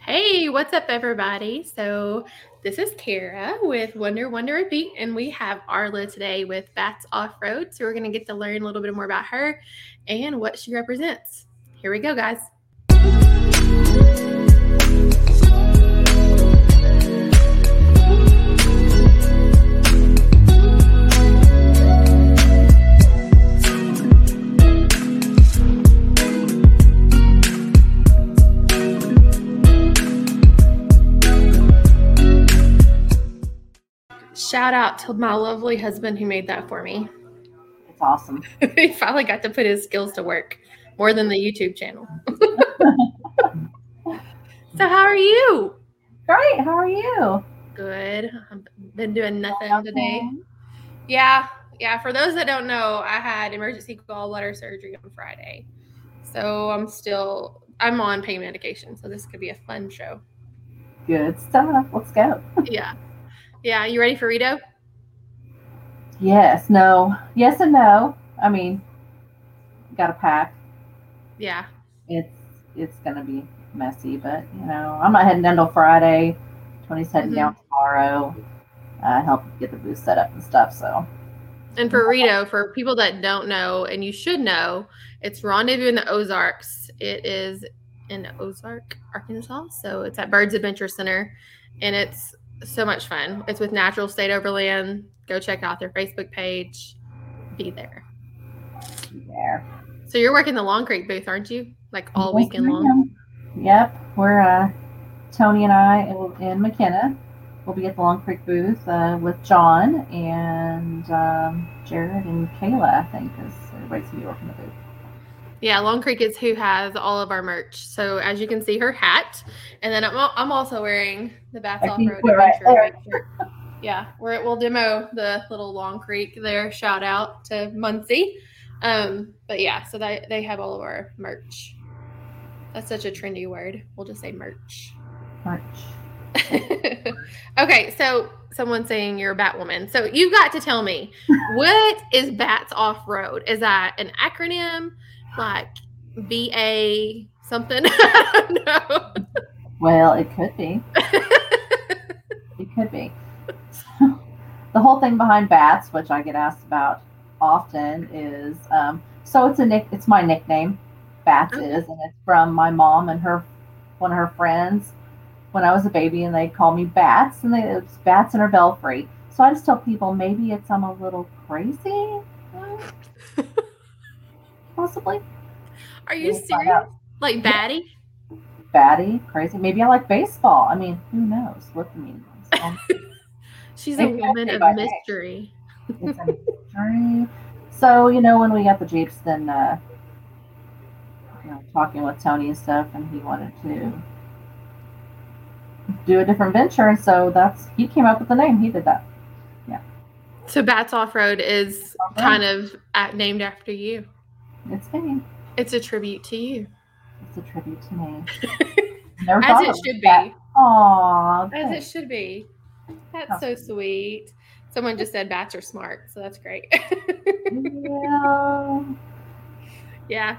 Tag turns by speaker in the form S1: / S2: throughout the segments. S1: Hey, what's up, everybody? So, this is Kara with Wonder Wonder Repeat, and we have Arla today with Bats Off Road. So, we're going to get to learn a little bit more about her and what she represents. Here we go, guys. Shout out to my lovely husband who made that for me.
S2: It's awesome.
S1: he finally got to put his skills to work more than the YouTube channel. so, how are you?
S2: Great. How are you?
S1: Good. I've been doing nothing today. Yeah, yeah. For those that don't know, I had emergency gallbladder surgery on Friday, so I'm still I'm on pain medication. So this could be a fun show.
S2: Good stuff. Let's go.
S1: yeah, yeah. You ready for Rito?
S2: Yes. No. Yes and no. I mean, got a pack.
S1: Yeah,
S2: It's it's gonna be messy, but you know, I'm not heading down till Friday. Tony's heading
S1: Mhm.
S2: down tomorrow. Uh, help get the booth set up and stuff. So
S1: and for Rito, for people that don't know, and you should know, it's Rendezvous in the Ozarks. It is in Ozark, Arkansas. So it's at Birds Adventure Center, and it's so much fun. It's with Natural State Overland. Go check out their Facebook page. Be there.
S2: be there.
S1: So you're working the Long Creek booth, aren't you? Like all
S2: Yes,
S1: weekend
S2: I
S1: long.
S2: am. Yep. We're uh, Tony and I and- and McKenna will be at the Long Creek booth uh, with John and um, Jared and Kayla. I think is everybody's gonna be working the booth.
S1: Yeah, Long Creek is who has all of our merch. So as you can see, her hat, and then I'm, al- I'm also wearing the Bats
S2: I
S1: Off
S2: think
S1: Road
S2: we're right
S1: Adventure
S2: there.
S1: white shirt. Yeah, we're, we'll demo the little Long Creek there. Shout out to Muncie. Um, but yeah, so they they have all of our merch. That's such a trendy word. We'll just say merch.
S2: March.
S1: okay, so someone saying you're a Batwoman. So you've got to tell me what is Bats Off Road? Is that an acronym like B A something? I don't know.
S2: Well, it could be. it could be. So, the whole thing behind bats, which I get asked about often, is um, so it's a nick. It's my nickname. Bats
S1: Okay.
S2: is, and it's from my mom and her one of her friends when I was a baby, and they called me Bats, and they it was Bats in her belfry. So I just tell people maybe it's I'm a little crazy, uh, possibly
S1: Are you
S2: We'll find
S1: serious?
S2: out.
S1: Like batty?
S2: batty, crazy. Maybe I like baseball. I mean, who knows what the meaning is. Um,
S1: She's a
S2: Exactly
S1: woman of
S2: my name.
S1: mystery.
S2: It's an journey. So you know when we got the jeeps, then uh, you know, talking with Tony and stuff, and he wanted to do a different venture, and so that's he came up with the name. He did that.
S1: So Bats Off Road is
S2: Okay.
S1: kind of at, named after you.
S2: It's me.
S1: It's a tribute to you,
S2: It's a tribute to me. Never
S1: as it should be.
S2: Aww.
S1: As it should be. That's so sweet. Someone just said bats are smart, so that's great.
S2: yeah.
S1: yeah.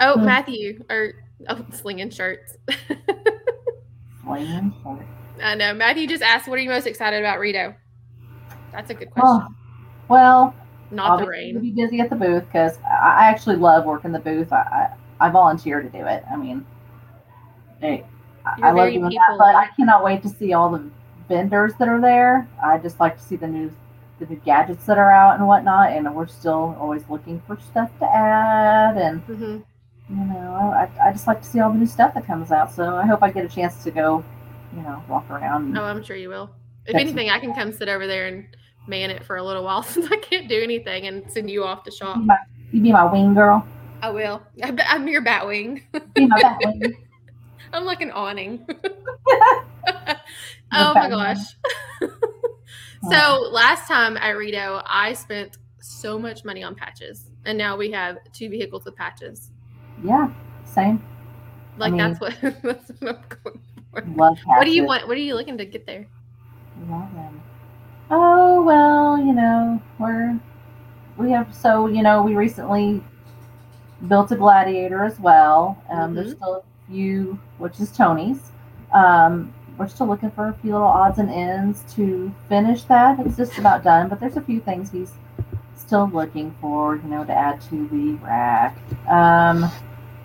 S1: Oh,
S2: Hmm.
S1: Matthew, or oh, slinging shirts.
S2: Slaying shirts.
S1: I know. Matthew just asked, "What are you most excited about, Rito?" That's a good question.
S2: Oh, well,
S1: Not the
S2: obviously
S1: rain.
S2: Be busy at the booth because I I actually love working the booth. I, I I volunteer to do it. I mean, hey, I-
S1: You're
S2: I love
S1: very
S2: doing that,
S1: people-
S2: but I cannot wait to see all the vendors that are there. I just like to see the new the new gadgets that are out and whatnot. And we're still always looking for stuff to add. And
S1: hmm
S2: you know, I, I just like to see all the new stuff that comes out. So I hope I get a chance to go, you know, walk around.
S1: Oh,
S2: And,
S1: I'm sure you will. If
S2: That's-
S1: anything, I can come sit over there and man it for a little while since I can't do anything and send you off to shop.
S2: You be my- you be my wing girl.
S1: I will. I'm I'm your bat wing.
S2: Be my bat wing.
S1: I'm like an awning.
S2: Your
S1: oh my
S2: bat
S1: gosh. so last time at Rito, I spent so much money on patches, and now we have two vehicles with patches.
S2: Yeah, same.
S1: Like
S2: mean-
S1: that's what. That's what, I'm going for.
S2: Love
S1: what do you
S2: patches.
S1: want? What are you looking to get there?
S2: Love them. Oh well, you know we're we have so you know we recently
S1: Mm-hmm.
S2: built a gladiator as well. Um, There's still a few, which is Tony's. Um, we're still looking for a few little odds and ends to finish that. It's just about done, but there's a few things he's still looking for, you know, to add to the rack. Um,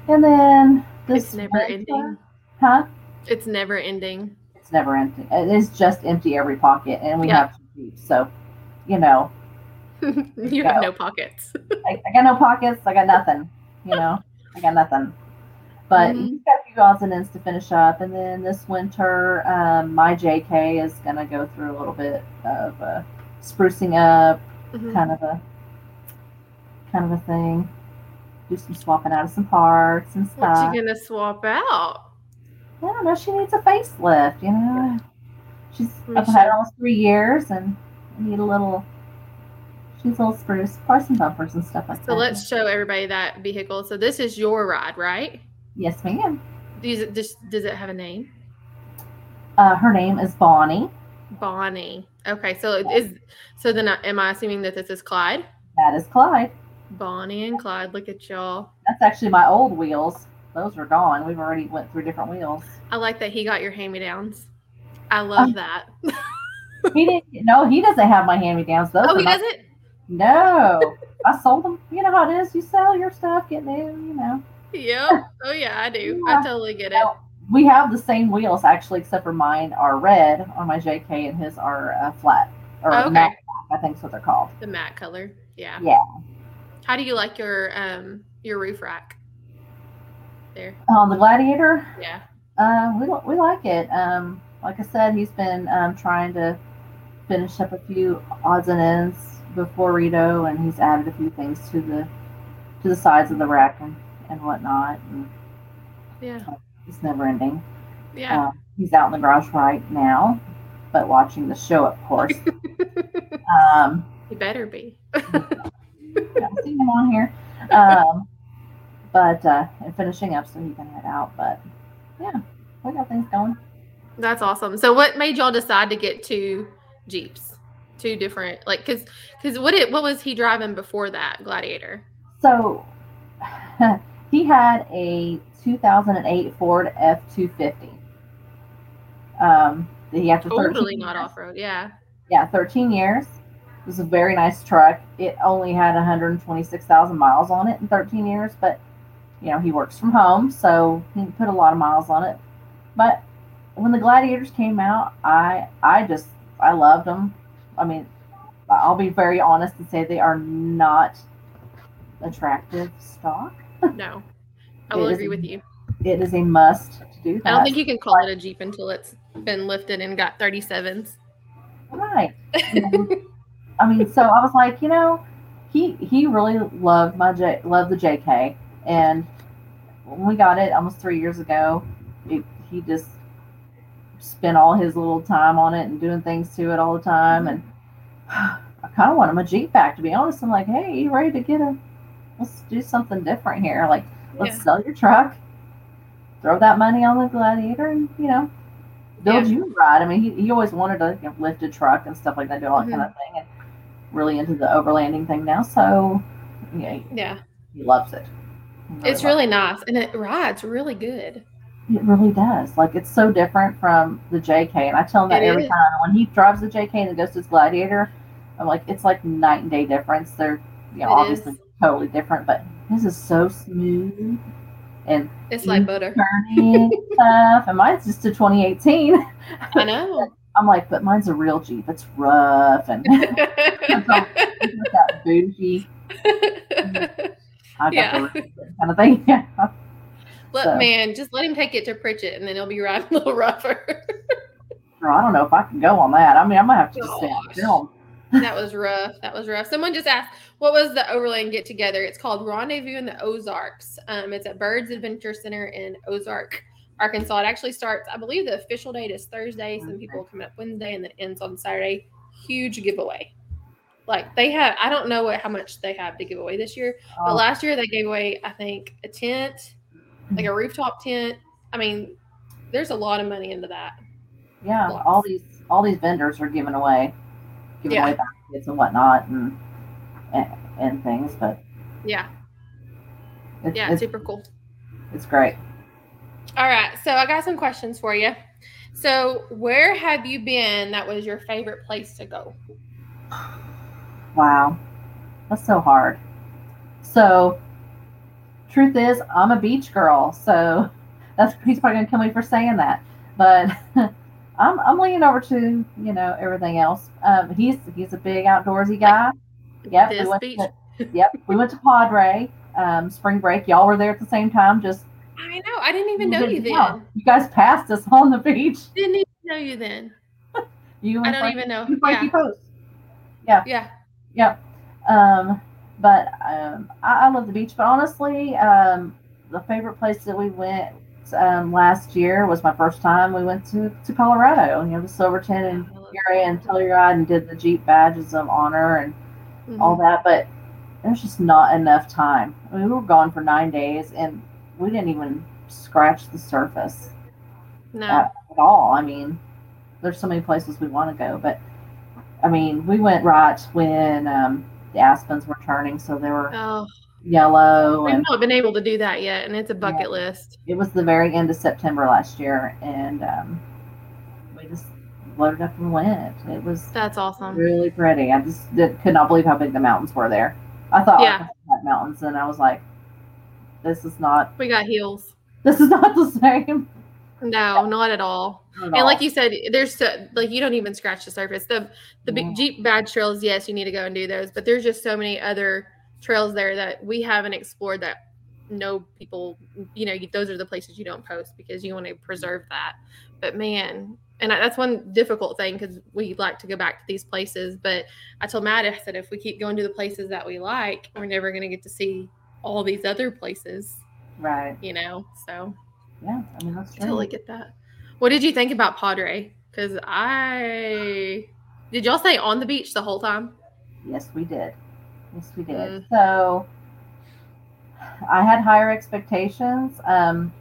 S2: and then this
S1: It's never
S2: winter-
S1: ending.
S2: huh?
S1: It's never ending.
S2: It's never empty. It is just empty every pocket, and we
S1: Yeah.
S2: have two feet, so you know,
S1: you have
S2: No.
S1: no pockets.
S2: I, I got no pockets. I got nothing. You know, I got nothing. But
S1: Mhm.
S2: he's got a few odds and ends to finish up, and then this winter, um, my JK is gonna go through a little bit of uh, sprucing up,
S1: Mhm.
S2: kind of a kind of a thing. Do some swapping out of some parts and stuff.
S1: What you gonna swap out?
S2: I don't know. She needs a facelift, you know. She's
S1: Me
S2: I've had
S1: too.
S2: her almost three years, and I need a little. She's a little spruce, parts and bumpers and stuff like
S1: So
S2: that.
S1: let's show everybody that vehicle. So this is your ride, right?
S2: Yes, ma'am.
S1: Does it, does, does it have a name?
S2: Uh, her name is Bonnie.
S1: Bonnie. Okay, so it is so then I- am I assuming that this is Clyde?
S2: That is Clyde.
S1: Bonnie and Clyde, look at y'all.
S2: That's actually my old wheels. Those are gone. We've already went through different wheels.
S1: I like that he got your hand-me-downs. I
S2: Um,
S1: love that.
S2: He didn't. No, he doesn't have my hand me downs. Those.
S1: Oh,
S2: are
S1: he
S2: my-
S1: doesn't?
S2: No, I sold them. You know how it is. You sell your stuff, get new. You know.
S1: Yep. Oh yeah, I do. I
S2: Yeah.
S1: totally get it.
S2: No, we have the same wheels actually, except for mine are red on my JK and his are uh, flat or
S1: Oh, okay.
S2: matte black, I think's what they're called.
S1: The matte color. Yeah.
S2: Yeah.
S1: How do you like your um your roof rack? There.
S2: Um, the Gladiator,
S1: Yeah.
S2: uh, we li- we like it. Um, like I said, he's been um, trying to finish up a few odds and ends before Rito, and he's added a few things to the to the sides of the rack and and whatnot. And
S1: Yeah.
S2: it's never ending.
S1: Yeah.
S2: Um, he's out in the garage right now, but watching the show, of course. um,
S1: You better be.
S2: I've seen him on here. Um, but uh, and finishing up so he can head out. But yeah, we got things going.
S1: That's awesome. So what made y'all decide to get two Jeeps? Two different like cuz cuz what it what was he driving before that Gladiator?
S2: So he had a 2008 Ford F250. Um, that he had for 13
S1: Totally not
S2: years.
S1: off-road. Yeah.
S2: Yeah, 13 years. It was a very nice truck. It only had 126,000 miles on it in 13 years, but you know, he works from home, so he put a lot of miles on it. But when the Gladiators came out, I I just I loved them. I mean, I'll be very honest and say they are not attractive stock.
S1: No. I
S2: It
S1: will
S2: is-
S1: agree with you.
S2: It is a must to do that.
S1: I don't think you can call it a Jeep until it's been lifted and got 37s.
S2: Right. I mean, so I was like, you know, he he really loved my J loved the JK, and when we got it almost three years ago, it, he just spent all his little time on it and doing things to it all the time, and I kind of want him a Jeep back. To be honest, I'm like, hey, you ready to get a? Let's do something different here. Like, let's
S1: Yeah.
S2: sell your truck, throw that money on the Gladiator, and you know, build
S1: Yeah.
S2: you a ride. I mean, he, he always wanted to you know, lift a truck and stuff like that, do all that kind of
S1: Mm-hmm.
S2: thing, and really into the overlanding thing now. So, yeah, he-
S1: Yeah.
S2: he loves it. He
S1: It's
S2: loves
S1: really nice and it rides really good.
S2: it. it really does. Like, it's so different from the JK, and I tell him that
S1: It
S2: every
S1: is.
S2: time when he drives the JK and then goes to his Gladiator, I'm like, it's like night and day difference. They're you know
S1: It
S2: obviously
S1: is.
S2: totally different, but this is so smooth and
S1: It's
S2: Mhm.
S1: like butter.
S2: turning and stuff. And mine's just a 2018.
S1: I know.
S2: I'm like, but mine's a real Jeep. It's rough and Isn't that bougie? I got
S1: Yeah.
S2: the kind of thing. Yeah.
S1: Let
S2: So.
S1: man, just let him take it to Pritchett and then he'll be riding a little rougher.
S2: Girl, I don't know if I can go on that. I mean, I'm gonna have to just stay on
S1: Oh, Gosh.
S2: film.
S1: that was rough. That was rough. Someone just asked, what was the Overland get together? It's called Rendezvous in the Ozarks. Um, it's at Birds Adventure Center in Ozark, Arkansas. It actually starts, I believe the official date is Thursday. Some people come up Wednesday and then ends on Saturday. Huge giveaway. Like they have, I don't know what, how much they have to give away this year, But
S2: Oh,
S1: last year they gave away, I think, a tent, like
S2: Mm-hmm.
S1: a rooftop tent. I mean, there's a lot of money into that.
S2: yeah,
S1: lots.
S2: all these all these vendors are giving away, giving
S1: Yeah.
S2: away baskets and whatnot and and, and things, but
S1: Yeah,
S2: it's
S1: yeah,
S2: it's,
S1: super cool.
S2: it's great.
S1: All right, so I got some questions for you. So, where have you been that was your favorite place to go?
S2: Wow. That's so hard. So, truth is, I'm a beach girl. So, that's he's probably going to kill me for saying that. But I'm, I'm leaning over to, you know, everything else. Um, he's he's a big outdoorsy guy. Yep.
S1: This
S2: we went
S1: beach.
S2: to- yep. We went to Padre um, spring break. Y'all were there at the same time. Just
S1: I know. I didn't even know you
S2: didn't
S1: then.
S2: know. You guys passed us on the beach.
S1: Didn't even know you then.
S2: You
S1: I
S2: and
S1: don't
S2: Frank-
S1: even know.
S2: you and Frankie
S1: Yeah.
S2: Post.
S1: Yeah.
S2: Yep. Um, but um, I, I love the beach. But honestly, um, the favorite place that we went um, last year was my first time we went to, to Colorado, you know, to Silverton and Gary and Telluride and did the Jeep badges of honor and
S1: Mhm.
S2: all that. But there's just not enough time. I mean, we were gone for nine days and we didn't even scratch the surface
S1: Mm-hmm. No.
S2: uh, at all. I mean, there's so many places we want to go, but I mean, we went right when um, the aspens were turning, so they were
S1: oh,
S2: yellow,
S1: I've
S2: and
S1: not been able to do that yet, and it's a bucket list.
S2: it was the very end of September last year, and um, we just loaded up and went. It was
S1: That's awesome.
S2: really pretty. I just did, could not believe how big the mountains were there. I thought
S1: Yeah.
S2: Arkansas had mountains, and I was like, this is not
S1: We got heels.
S2: this is not the same.
S1: No, not at all.
S2: at
S1: And
S2: all.
S1: like you said, there's so, like you don't even scratch the surface. The the big
S2: Yeah.
S1: Jeep badge trails, yes, you need to go and do those, but there's just so many other trails there that we haven't explored that no people, you know, you- those are the places you don't post because you want to preserve that. But man, and I- that's one difficult thing because we like to go back to these places. But I told Matt, I said, if we keep going to the places that we like, we're never going to get to see all these other places,
S2: right?
S1: you know? So
S2: Yeah, I mean that's true.
S1: totally get that. What did you think about Padre? Because I did y'all say on the beach the whole time?
S2: Yes, we did. Yes, we did.
S1: Mm.
S2: So I had higher expectations. Um,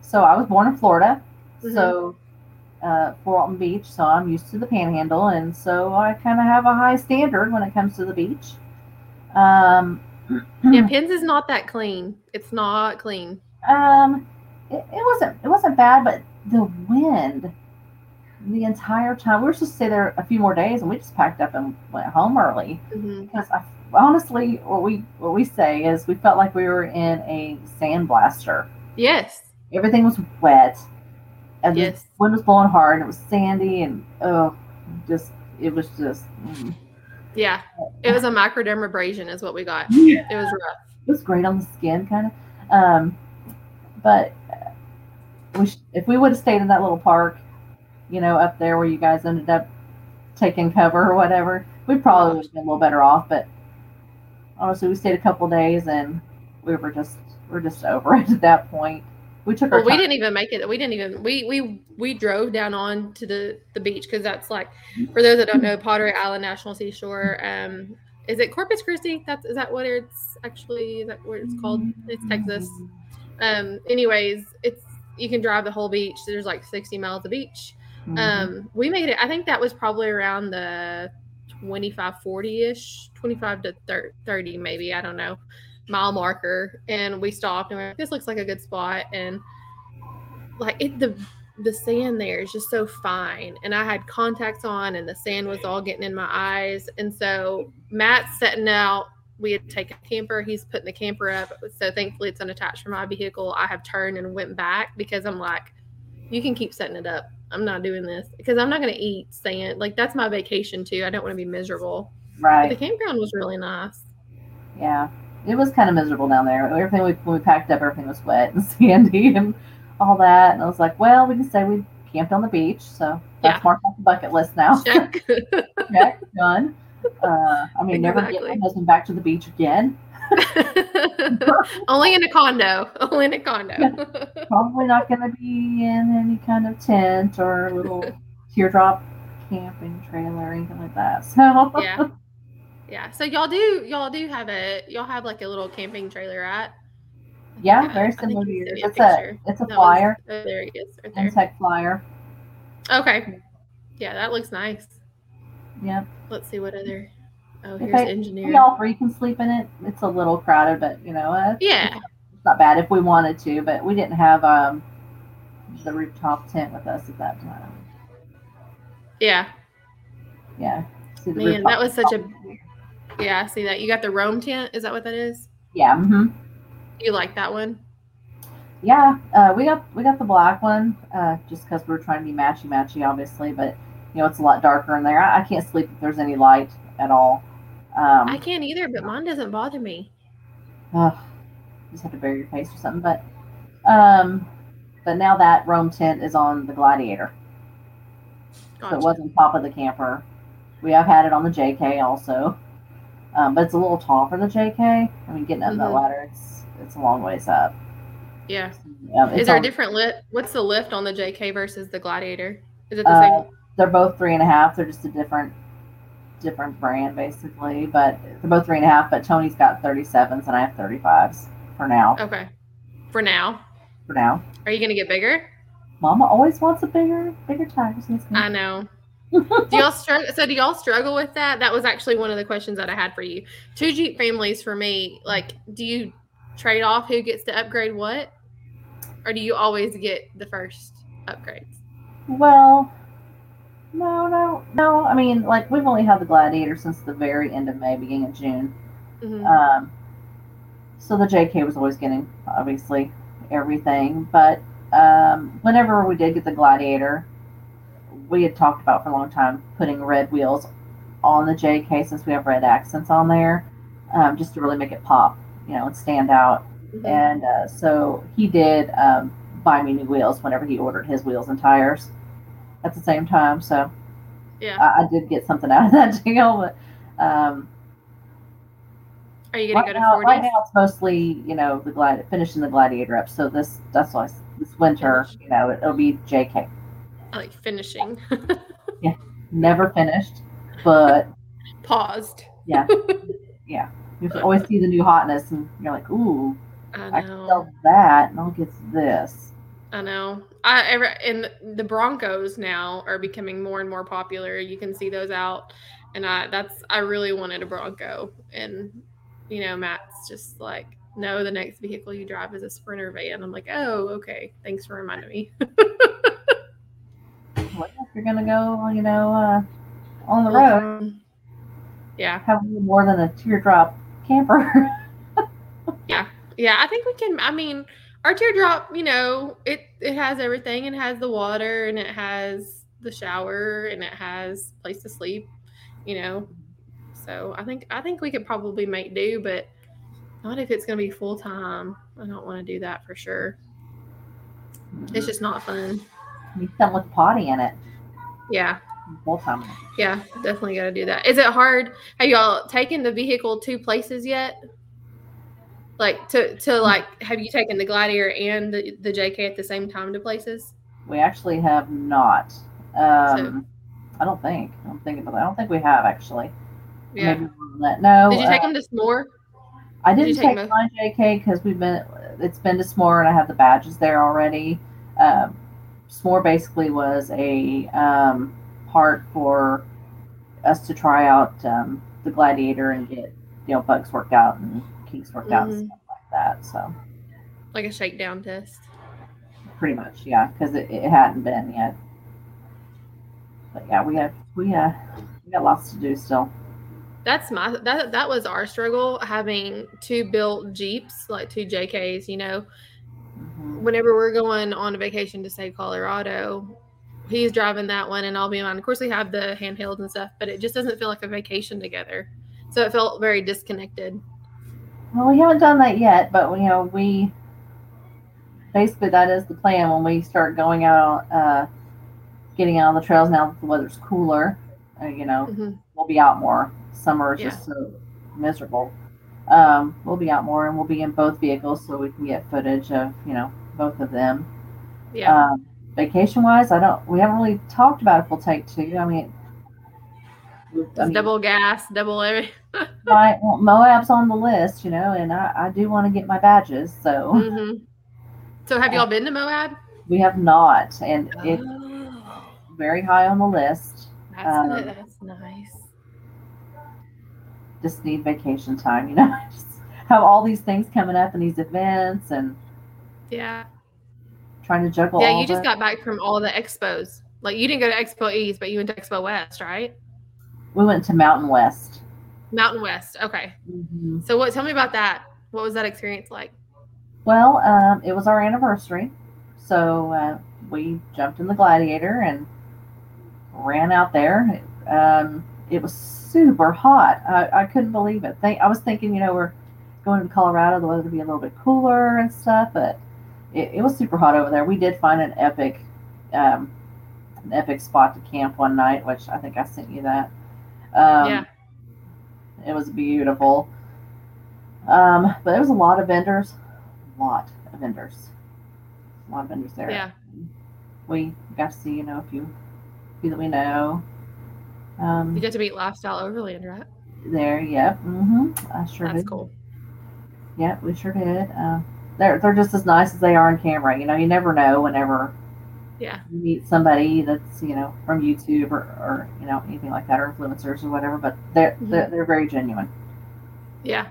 S2: so I was born in Florida, so uh, Fort Walton Beach. So I'm used to the Panhandle, and so I kind of have a high standard when it comes to the beach. Um,
S1: Yeah, Pins is not that clean. It's not clean.
S2: um, it, it wasn't it wasn't bad, but the wind the entire time we were supposed to stay there a few more days, and we just packed up and went home early.
S1: Mhm.
S2: because I, honestly, what we what we say is we felt like we were in a sandblaster.
S1: Yes.
S2: Everything was wet, and the
S1: Yes.
S2: wind was blowing hard, and it was sandy, and oh, just it was just mm.
S1: Yeah. It was a microdermabrasion, is what we got.
S2: it
S1: It was rough.
S2: was great on the skin, kind of. Um, but uh, we sh- if we would have stayed in that little park, you know, up there where you guys ended up taking cover or whatever, we probably would have been a little better off. But honestly, we stayed a couple days and we were just we are just over it at that point. We took
S1: Well,
S2: our
S1: we
S2: time.
S1: didn't even make it. We didn't even we we we drove down on to the the beach because that's like for those that don't know, Padre Island National Seashore. Um, is it Corpus Christi? That's is that what it's actually is that what it's called? It's Texas. um anyways it's you can drive the whole beach there's like 60 miles of beach
S2: Mhm.
S1: um we made it i think that was probably around the 25 40ish 25 to thir- 30 maybe i don't know mile marker and we stopped and we're like this looks like a good spot and like it the the sand there is just so fine and i had contacts on and the sand was all getting in my eyes and so matt's setting out we had taken a camper he's putting the camper up so thankfully it's unattached from my vehicle i have turned and went back because i'm like you can keep setting it up i'm not doing this because i'm not going to eat sand like that's my vacation too i don't want to be miserable but the
S2: right?
S1: campground was really nice
S2: Yeah, it was kind of miserable down there. Everything we when we packed up, everything was wet and sandy and all that. And I was like, well, we can say we camped on the beach, so that's
S1: Yeah.
S2: marked off the bucket list now.
S1: Check.
S2: Check, done. Uh, I mean, never get my
S1: Exactly.
S2: husband back to the beach again.
S1: only in a condo only in a condo
S2: Probably not going to be in any kind of tent or little teardrop camping trailer or anything like that. So
S1: yeah yeah so y'all do y'all do have a y'all have like a little camping trailer right
S2: yeah,
S1: Yeah, I
S2: very
S1: think
S2: similar to
S1: you
S2: yours.
S1: sent me a
S2: It's a
S1: picture.
S2: it's a
S1: That was-
S2: flyer,
S1: oh, there it is right there
S2: insect flyer.
S1: okay yeah that looks nice
S2: Yeah,
S1: let's see what other oh
S2: If
S1: here's
S2: I- we
S1: engineer
S2: all three can sleep in it. It's a little crowded, but you know, uh,
S1: yeah
S2: it's not bad if we wanted to. But we didn't have um the rooftop tent with us at that time.
S1: Yeah.
S2: Yeah. See the
S1: Man,
S2: rooftop-
S1: that was such a yeah. I see that you got the Rome tent. Is that what that is?
S2: yeah. hmm
S1: You like that one?
S2: Yeah, uh, we got we got the black one uh, just because we are trying to be matchy matchy, obviously. But you know, it's a lot darker in there. I, I can't sleep if there's any light at all. Um,
S1: I can't either, but mine doesn't bother me.
S2: Ugh, just have to bury your face or something. But um, but now that Rome tent is on the Gladiator, so
S1: Gotcha.
S2: it was on top of the camper. We have had it on the JK also, um, but it's a little tall for the JK. I mean, getting up that
S1: Mhm.
S2: ladder, it's it's a long ways up.
S1: yeah.
S2: Um, it's
S1: Is there a
S2: on-
S1: different lift? What's the lift on the JK versus the Gladiator? Is it the
S2: Uh,
S1: same?
S2: They're both three and a half. They're just a different different brand basically, but they're both three and a half. But Tony's got thirty sevens and I have thirty fives for now.
S1: Okay. For now,
S2: For now,
S1: are you gonna get bigger?
S2: Mama always wants a bigger bigger tire. She's gonna-
S1: I know. do y'all struggle? So do y'all struggle with that? That was actually one of the questions that I had for you. Two Jeep families for me. Like, do you trade off who gets to upgrade what, or do you always get the first upgrades?
S2: Well, no, no, no. I mean, like we've only had the Gladiator since the very end of May, beginning of June.
S1: Mhm.
S2: Um, so the JK was always getting obviously everything, but um, whenever we did get the Gladiator, we had talked about for a long time putting red wheels on the JK since we have red accents on there, um, just to really make it pop, you know, and stand out
S1: Mhm.
S2: and uh, so he did um, buy me new wheels whenever he ordered his wheels and tires at the same time. So
S1: yeah.
S2: I, I did get something out of that deal. But um,
S1: Are you gonna
S2: right,
S1: go
S2: now,
S1: to 40?
S2: right now, it's mostly you know the glad finishing the gladiator up. So this that's why s- this winter you know it, will be JK.
S1: I like finishing.
S2: Never finished, but
S1: Paused.
S2: yeah, yeah. You can always see the new hotness, and you're like, ooh, I
S1: I
S2: can
S1: know.
S2: sell that, and I'll get this.
S1: I know. I ever and the Broncos now are becoming more and more popular. You can see those out, and I that's I really wanted a Bronco, and you know Matt's just like, no, the next vehicle you drive is a Sprinter van. I'm like, oh, okay, thanks for reminding me.
S2: What if you're gonna go, you know, uh, on the road?
S1: Um, yeah,
S2: have more than a teardrop camper.
S1: yeah. I think we can. I mean, our teardrop, you know, it it has everything. It has the water, and it has the shower, and it has place to sleep. You know, So I think I think we could probably make do, but not if it's going to be full time. I don't want to do that for sure. It's just not fun.
S2: you sell with potty in it
S1: Yeah,
S2: full time.
S1: yeah, definitely got to do that. Is it hard? Have y'all taken the vehicle two places yet? Like to to like, have you taken the Gladiator and the, the JK at the same time to places?
S2: We actually have not. Um, I don't think. I'm thinking about that. I don't think we have actually.
S1: Yeah.
S2: Maybe we'll let- no.
S1: Did you take
S2: uh,
S1: them to S'more?
S2: I
S1: did
S2: didn't
S1: you take both?
S2: take my JK because we've been. It's been to S'more and I have the badges there already. Um, S'more basically was a um, part for us to try out um, the Gladiator and get you know bugs worked out and kinks worked out
S1: Mhm.
S2: and stuff like that. So.
S1: Like a shakedown test?
S2: pretty much yeah because it, it hadn't been yet but yeah we have we uh we got lots to do still
S1: That's my that that was our struggle having two built Jeeps, like two JKs, you know.
S2: Mhm.
S1: whenever we're going on a vacation to say Colorado, he's driving that one and I'll be on. Of course, we have the handheld and stuff, but it just doesn't feel like a vacation together. So it felt very disconnected.
S2: well we haven't done that yet but you know we basically that is the plan when we start going out uh getting out on the trails now that the weather's cooler uh, you know
S1: Mhm.
S2: we'll be out more. Summer is
S1: Yeah.
S2: just so miserable. Um, we'll be out more and we'll be in both vehicles so we can get footage of, you know, both of them.
S1: Yeah.
S2: Um, vacation wise, I don't, we haven't really talked about if we'll take two. I mean, I
S1: It's
S2: mean,
S1: double gas, double every.
S2: my, well, Moab's on the list, you know, and I, I do want to get my badges. So
S1: Mhm. So have y'all been to Moab?
S2: we have not, and
S1: Uh-huh.
S2: it's
S1: Oh,
S2: very high on the list.
S1: that's,
S2: um,
S1: good. that's nice.
S2: Just need vacation time, you know, just have all these things coming up and these events and
S1: Yeah.
S2: trying to juggle.
S1: Yeah,
S2: all
S1: you just
S2: the-
S1: got back from all the expos. Like you didn't go to Expo East, but you went to Expo West, right?
S2: We went to Mountain West.
S1: Mountain West. Okay.
S2: Mhm.
S1: So what? Tell me about that. What was that experience like?
S2: Well, um, it was our anniversary, so uh, we jumped in the Gladiator and ran out there. Um, it was super hot. I, I couldn't believe it. Think I was thinking, you know, we're going to Colorado, the weather would be a little bit cooler and stuff, but it, it was super hot over there. We did find an epic, um, an epic spot to camp one night, which I think I sent you that. Um,
S1: Yeah.
S2: It was beautiful. Um, but there was a lot of vendors, a lot of vendors, a lot of vendors there.
S1: Yeah.
S2: We got to see, you know, a few, few that we know. Um,
S1: You got to meet Lifestyle Overland, right?
S2: there, yep. Mm-hmm. I sure
S1: That's
S2: did.
S1: cool.
S2: Yep, we sure did. Uh, they're they're just as nice as they are on camera. You know, you never know whenever
S1: Yeah.
S2: you meet somebody that's you know from YouTube or, or you know anything like that or influencers or whatever. But they're
S1: Mm-hmm.
S2: they're, they're very genuine,
S1: Yeah.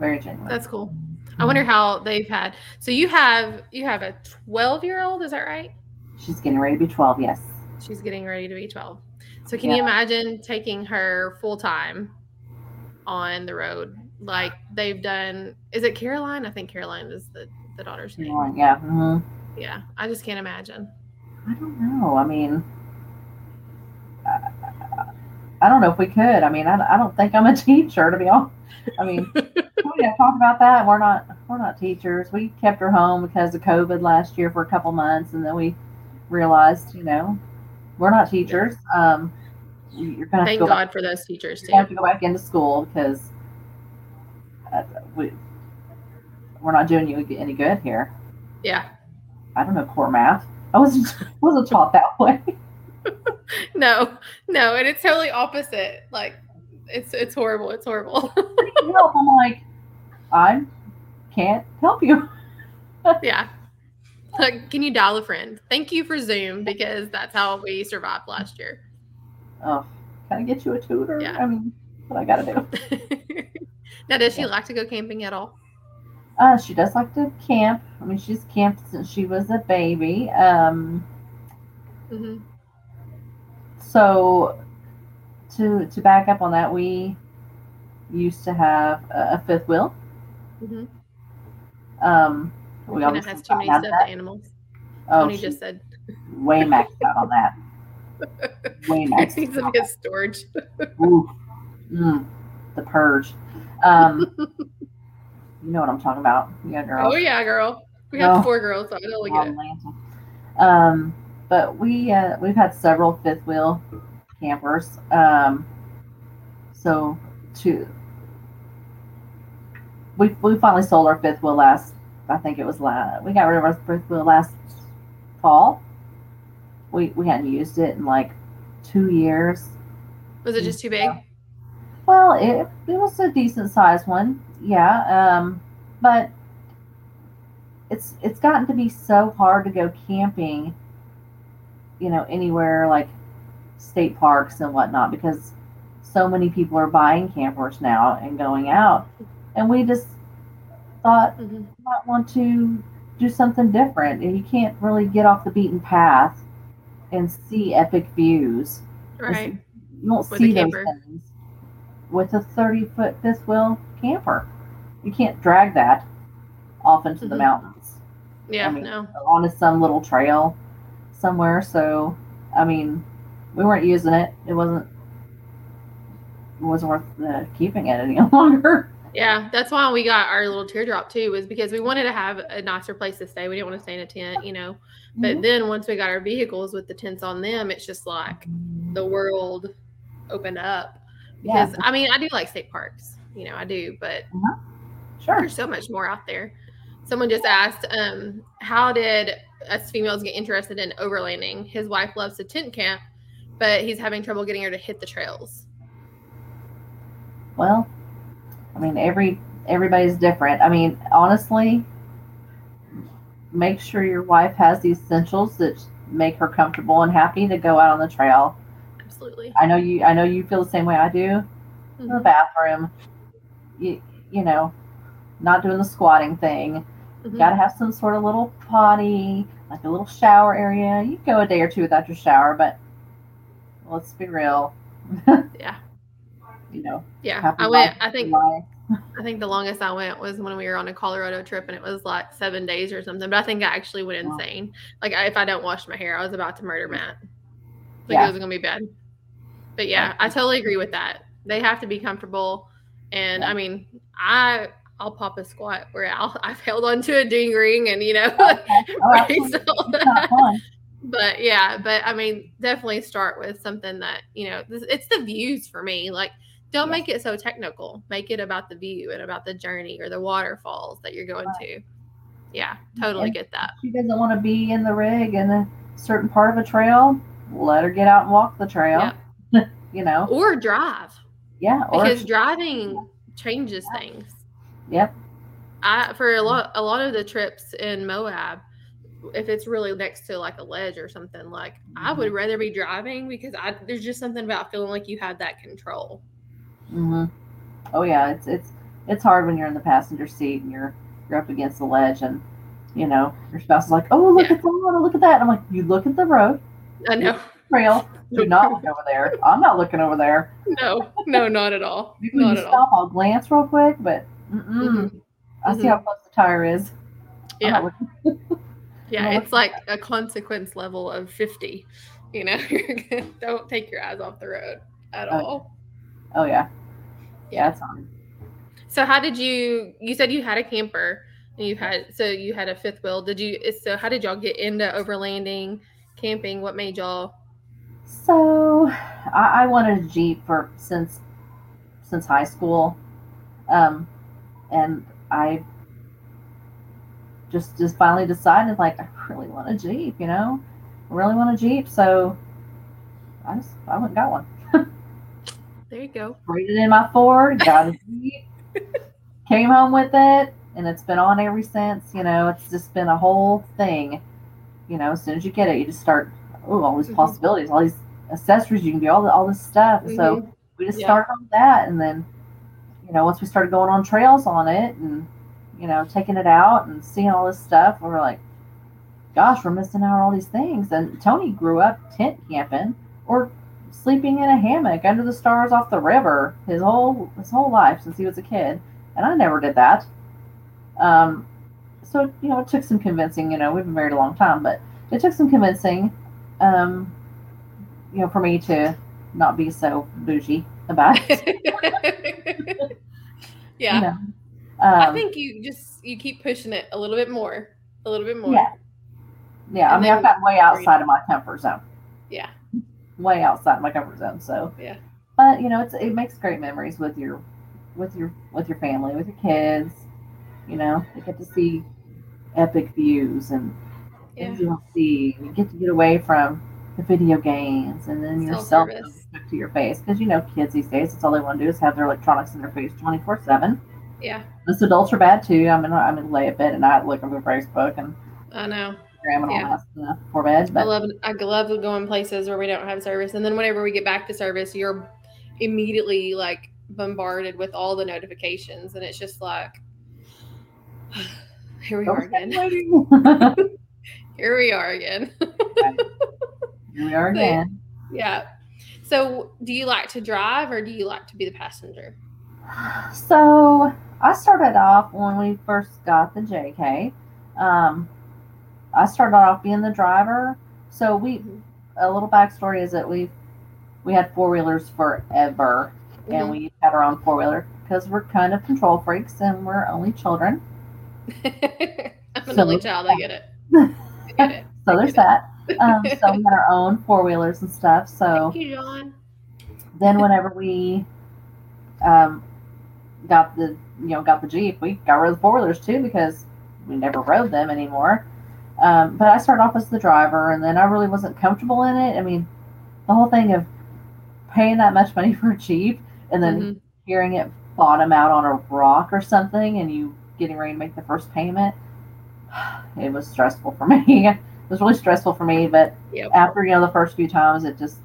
S2: very genuine.
S1: That's cool.
S2: Mm-hmm.
S1: I wonder how they've had. So you have you have a 12 year old. Is that right?
S2: She's getting ready to be twelve. Yes.
S1: She's getting ready to be 12. So can you
S2: Yeah.
S1: imagine taking her full time on the road like they've done? Is it Caroline? I think Caroline is the the daughter's name.
S2: Yeah. hmm
S1: Yeah, I just can't imagine.
S2: I don't know. I mean, I, I don't know if we could. I mean, I, I don't think I'm a teacher to be honest. I mean, we have talked about that. We're not we're not teachers. We kept her home because of COVID last year for a couple months, and then we realized, you know, we're not teachers. Um, you- you're gonna have
S1: Thank
S2: to go
S1: God for those teachers
S2: Back, you have
S1: too.
S2: to go back into school because uh, we we're not doing you any good here.
S1: Yeah.
S2: I don't know core math. I wasn't wasn't taught that way.
S1: No, no, and it's totally opposite. Like it's it's horrible. It's horrible.
S2: help. I'm like, I can't help you.
S1: yeah. Like, can you dial a friend? Thank you for Zoom because that's how we survived last year.
S2: Oh, can I get you a tutor?
S1: Yeah.
S2: I mean, what I gotta do?
S1: now, does she
S2: Yeah.
S1: like to go camping at all?
S2: Uh, she does like to camp. I mean, she's camped since she was a baby. Um,
S1: hmm
S2: so to to back up on that, we used to have a, a fifth wheel.
S1: hmm
S2: Um, we
S1: Tina
S2: obviously
S1: has too many
S2: don't have
S1: stuffed
S2: that.
S1: animals.
S2: Oh,
S1: Tony
S2: she's
S1: just said
S2: way maxed out on that. Way
S1: it
S2: maxed.
S1: needs to be a storage.
S2: Ooh, mm, the purge. Um, you know what I'm talking about, young girl.
S1: Oh yeah, girl. We have
S2: No.
S1: four girls, so I totally get it.
S2: Atlanta. Um, but we uh, we've had several fifth wheel campers. Um, so to we we finally sold our fifth wheel last. I think it was last. We got rid of our fifth wheel last fall. We we hadn't used it in like two years.
S1: Was it just too big?
S2: Yeah. Well, it it was a decent sized one, yeah. Um, but it's it's gotten to be so hard to go camping, you know, anywhere like state parks and whatnot because so many people are buying campers now and going out, and we just thought
S1: hmm
S2: we might want to do something different, and you can't really get off the beaten path and see epic views
S1: Right.
S2: you won't
S1: With a
S2: see those
S1: camper.
S2: things with a 30 foot fifth wheel camper. You can't drag that off into the
S1: Mhm.
S2: mountains
S1: Yeah.
S2: I mean-
S1: no.
S2: or onto some little trail somewhere. So, I mean, we weren't using it. It wasn't it wasn't worth uh, keeping it any longer.
S1: Yeah. That's why we got our little teardrop too, was because we wanted to have a nicer place to stay. We didn't want to stay in a tent, you know.
S2: Mm-hmm.
S1: But then once we got our vehicles with the tents on them, it's just like the world opened up.
S2: Mm-hmm. yeah,
S1: Because I mean, I do like state parks. You know, I do, but
S2: sure.
S1: there's so much more out there. Someone just asked, um, how did us females get interested in overlanding? His wife loves to tent camp, but he's having trouble getting her to hit the trails.
S2: Well, I mean, every everybody's different. I mean, honestly, make sure your wife has the essentials that make her comfortable and happy to go out on the trail.
S1: Absolutely.
S2: I know you. I know you feel the same way I do. In the
S1: Mhm,
S2: bathroom, you you know, not doing the squatting thing.
S1: mhm.
S2: Got to have some sort of little potty like a little shower area. You go a day or two without your shower, but let's be real.
S1: Yeah.
S2: You know,
S1: Yeah,
S2: happy
S1: I went.
S2: life,
S1: I think
S2: life.
S1: I think the longest I went was when we were on a Colorado trip, and it was like seven days or something. But I think I actually went
S2: Wow.
S1: insane. Like I, if I don't wash my hair, I was about to murder Matt. Like
S2: Yeah.
S1: it was gonna be bad. But yeah, I totally agree with that. They have to be comfortable, and
S2: Yeah.
S1: I mean, I I'll pop a squat where I'll, I've held onto a ding ring, and you know,
S2: Oh,
S1: Right,
S2: absolutely.
S1: so-
S2: It's not fun.
S1: but yeah but i mean definitely start with something that you know this, it's the views for me like don't
S2: Yes.
S1: make it so technical make it about the view and about the journey or the waterfalls that you're going to yeah totally
S2: And-
S1: get that
S2: She doesn't want to be in the rig in a certain part of a trail. Let her get out and walk the trail. you know,
S1: or drive
S2: yeah. Oh. Or
S1: because driving changes things
S2: yep,
S1: i for a lot a lot of the trips in moab if it's really next to like a ledge or something like i
S2: Mm-hmm.
S1: would rather be driving because i there's just something about feeling like you have that control
S2: hmm Oh yeah, it's it's it's hard when you're in the passenger seat and you're you're up against the ledge and you know your spouse is like, oh look
S1: Yeah.
S2: at that, oh, look at that. I'm like, you look at the road
S1: i know
S2: trail, do not look over there. I'm not looking over there.
S1: no, no, not at all.
S2: Maybe when
S1: Not
S2: you
S1: at all.
S2: stop, I'll glance real quick, but mm mm
S1: Mhm.
S2: I see how close the tire is. I'm
S1: Yeah.
S2: not looking.
S1: Yeah,
S2: I'll look
S1: it's like a consequence level of 50. You know, don't take your eyes off the road at
S2: Okay.
S1: all.
S2: Oh yeah,
S1: Yeah.
S2: yeah, it's hard.
S1: So, how did you? You said you had a camper and you had, so you had a fifth wheel. Did you, so how did y'all get into overlanding, camping? What made y'all?
S2: So, I, I wanted a Jeep for since since high school, um, and I just just finally decided like I really want a Jeep, you know, I really want a Jeep. So I just I went and got one,
S1: There you go.
S2: traded in my Ford, got a Jeep, came home with it, and it's been on ever since. You know, it's just been a whole thing. You know, as soon as you get it, you just start oh all these
S1: Mhm.
S2: possibilities, all these accessories you can do, all the, all this stuff. So
S1: Mhm.
S2: we just
S1: Yeah.
S2: started on that and then you know once we started going on trails on it and you know taking it out and seeing all this stuff we were like gosh we're missing out on all these things and tony grew up tent camping or sleeping in a hammock under the stars off the river his whole his whole life since he was a kid and i never did that um so you know it took some convincing you know we've been married a long time but it took some convincing um you know for me to not be so bougie about it
S1: yeah.
S2: you know. Um,
S1: I think you just, you keep pushing it a little bit more, a little bit more.
S2: Yeah. yeah, I
S1: and
S2: mean, I've
S1: then-
S2: gotten way outside of my comfort zone,
S1: Yeah.
S2: way outside my comfort zone. So
S1: Yeah.
S2: but you know, it's it makes great memories with your, with your with your family, with your kids. You know, you get to see epic views and
S1: Yeah.
S2: things you don't see. You get to get away from the video games and then your cell phone
S1: Self-service.
S2: stuck to your face because you know kids these days, it's all they want to do is have their electronics in their face twenty four seven.
S1: Yeah.
S2: This adults are bad too. I'm in I'm in lay a bed and I look over Facebook and
S1: I know.
S2: Instagram and
S1: Yeah.
S2: all that stuff before bed.
S1: I
S2: But
S1: love I love going places where we don't have service, and then whenever we get back to service, you're immediately like bombarded with all the notifications, and it's just like, here we
S2: Oh,
S1: are again.
S2: Here
S1: Here we are again.
S2: we are again.
S1: yeah. So, do you like to drive, or do you like to be the passenger?
S2: So I started off when we first got the JK. Um, I started off being the driver. So we,
S1: Mhm.
S2: a little backstory is that we, we had four wheelers forever, and
S1: Mhm.
S2: we had our own four wheeler because we're kind of control freaks and we're only children.
S1: I'm an
S2: So-
S1: only child. I get it. I get it.
S2: So there's that. Um, so we had our own four wheelers and stuff. So
S1: Thank you, John.
S2: then whenever we um, got the you know got the jeep we got rid of the four wheelers too because we never rode them anymore um, but i started off as the driver and then i really wasn't comfortable in it i mean the whole thing of paying that much money for a jeep and then
S1: Mhm.
S2: hearing it bottom out on a rock or something and you getting ready to make the first payment it was stressful for me it was really stressful for me but
S1: Mm-hmm. Yep.
S2: after you know the first few times it just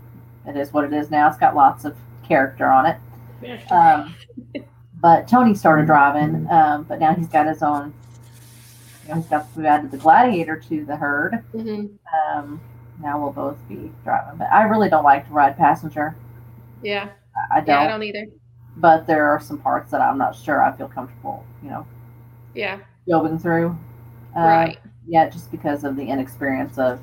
S2: it is what it is now it's got lots of character on it um, but tony started driving um, but now he's got his own you know, he's got we added the gladiator to the herd.
S1: Mhm.
S2: Um, now we'll both be driving, but I really don't like to ride passenger.
S1: Yeah.
S2: I, I don't.
S1: Yeah, I don't either.
S2: But there are some parts that I'm not sure I feel comfortable, you know,
S1: Yeah.
S2: going through. Uh,
S1: right.
S2: Yeah, just because of the inexperience of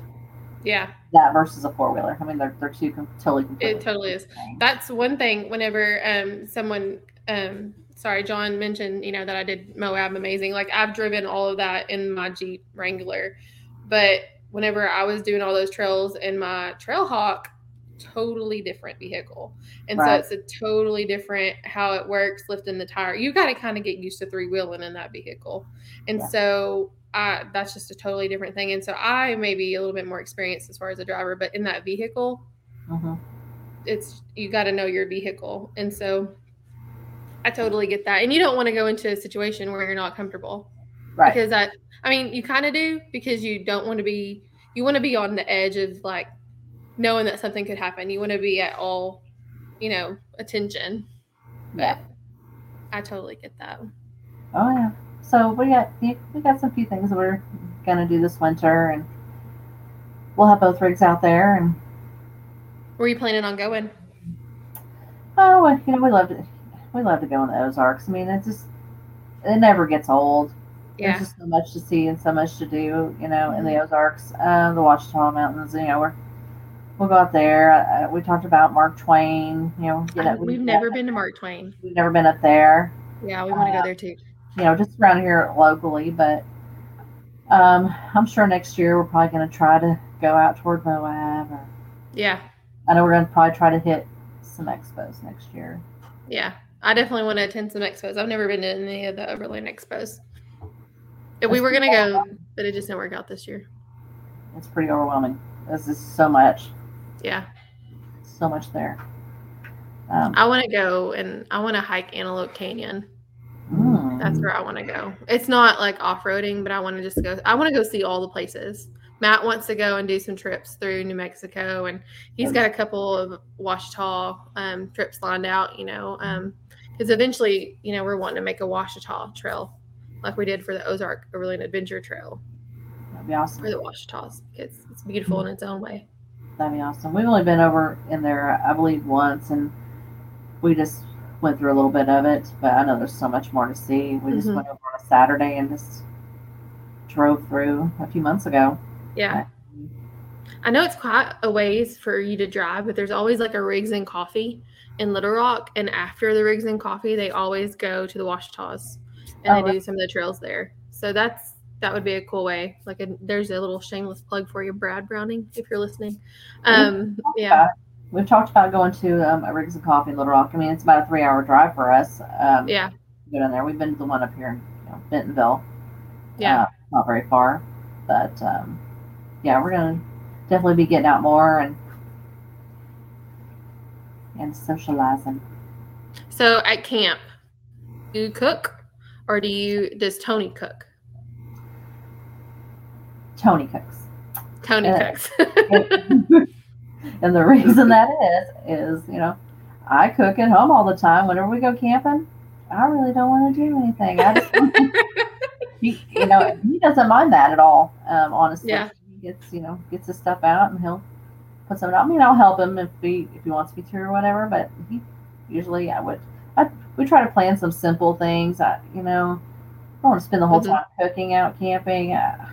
S1: Yeah.
S2: that versus a four wheeler. I mean, they're they're two com- totally completely
S1: totally is.
S2: different things.
S1: That's one thing whenever um someone um sorry, John mentioned, you know, that I did Moab amazing. Like I've driven all of that in my Jeep Wrangler. But whenever I was doing all those trails in my Trailhawk, totally different vehicle. And
S2: Right.
S1: so it's a totally different how it works, lifting the tire. You gotta kinda get used to three wheeling in that vehicle. And
S2: Yeah.
S1: so I, that's just a totally different thing. And so I may be a little bit more experienced as far as a driver, but in that vehicle,
S2: Mhm.
S1: it's you got to know your vehicle and so i totally get that and you don't want to go into a situation where you're not comfortable
S2: Right.
S1: because i i mean you kind of do because you don't want to be you want to be on the edge of like knowing that something could happen you want to be at all you know attention
S2: yeah.
S1: i totally get that
S2: Oh yeah. So we got we got some few things that we're gonna do this winter, and we'll have both rigs out there. And
S1: where you planning on going
S2: oh, well, you know, we love to we love to go in the Ozarks. I mean, it just it never gets old.
S1: yeah Mm-hmm.
S2: There's just so much to see and so much to do. You know, in the Ozarks, uh, the Washita Mountains. You know, we're we'll go out there. Uh, we talked about Mark Twain. You know, get
S1: I-
S2: up-
S1: we've never been to mark twain
S2: we've never been up there.
S1: yeah we want to go there too
S2: you know, just around here locally, but um, I'm sure next year we're probably going to try to go out toward Moab. Or,
S1: yeah
S2: I know we're going to probably try to hit some expos next year.
S1: Yeah, I definitely want to attend some expos. I've never been to any of the Overland expos. If we
S2: That's
S1: were gonna
S2: cool.
S1: go, but it just didn't work out this year.
S2: It's pretty overwhelming. There's just so much,
S1: Yeah,
S2: so much there. Um,
S1: I want to go and I want to hike Antelope Canyon.
S2: mm,
S1: That's where I want to go. It's not like off roading, but I want to just go. I want to go see all the places. Matt wants to go and do some trips through New Mexico, and he's got a couple of Washita um, trips lined out. You know, because eventually, you know, we're wanting to make a Washita trail, like we did for the Ozark Overland Adventure Trail.
S2: that'd be awesome.
S1: for the Washita's. It's it's beautiful in its own way.
S2: That'd be awesome. We've only been over in there, I believe, once, and we just went through a little bit of it. But I know there's so much more to see. We just
S1: Mhm.
S2: went over on a Saturday and just drove through a few months ago.
S1: Yeah. I know it's quite a ways for you to drive, but there's always like a Riggs and Coffee in Little Rock, and after the Riggs and Coffee, they always go to the Washita's and
S2: Oh,
S1: they do some of the trails there. So that's that would be a cool way. Like, a, there's a little shameless plug for you, Brad Browning, if you're listening. Um, yeah,
S2: We've talked about going to um, a Riggs and Coffee in Little Rock. I mean, it's about a three-hour drive for us. Um,
S1: yeah,
S2: to go down there. We've been to the one up here in you know, Bentonville.
S1: yeah.
S2: uh, not very far, but um, yeah, we're gonna definitely be getting out more and and socializing.
S1: So at camp, do you cook, or do you does Tony cook?
S2: Tony cooks,
S1: Tony
S2: Uh,
S1: cooks.
S2: and the reason that is is you know I cook at home all the time. Whenever we go camping, I really don't want to do anything. I just want he, you know, he doesn't mind that at all. Um, honestly,
S1: Yeah.
S2: he gets you know gets his stuff out and he'll put some. I mean, I'll help him if he if he wants me to or whatever. But he usually I would. I we try to plan some simple things. I you know I don't want to spend the whole
S1: Mhm.
S2: time cooking out camping. I,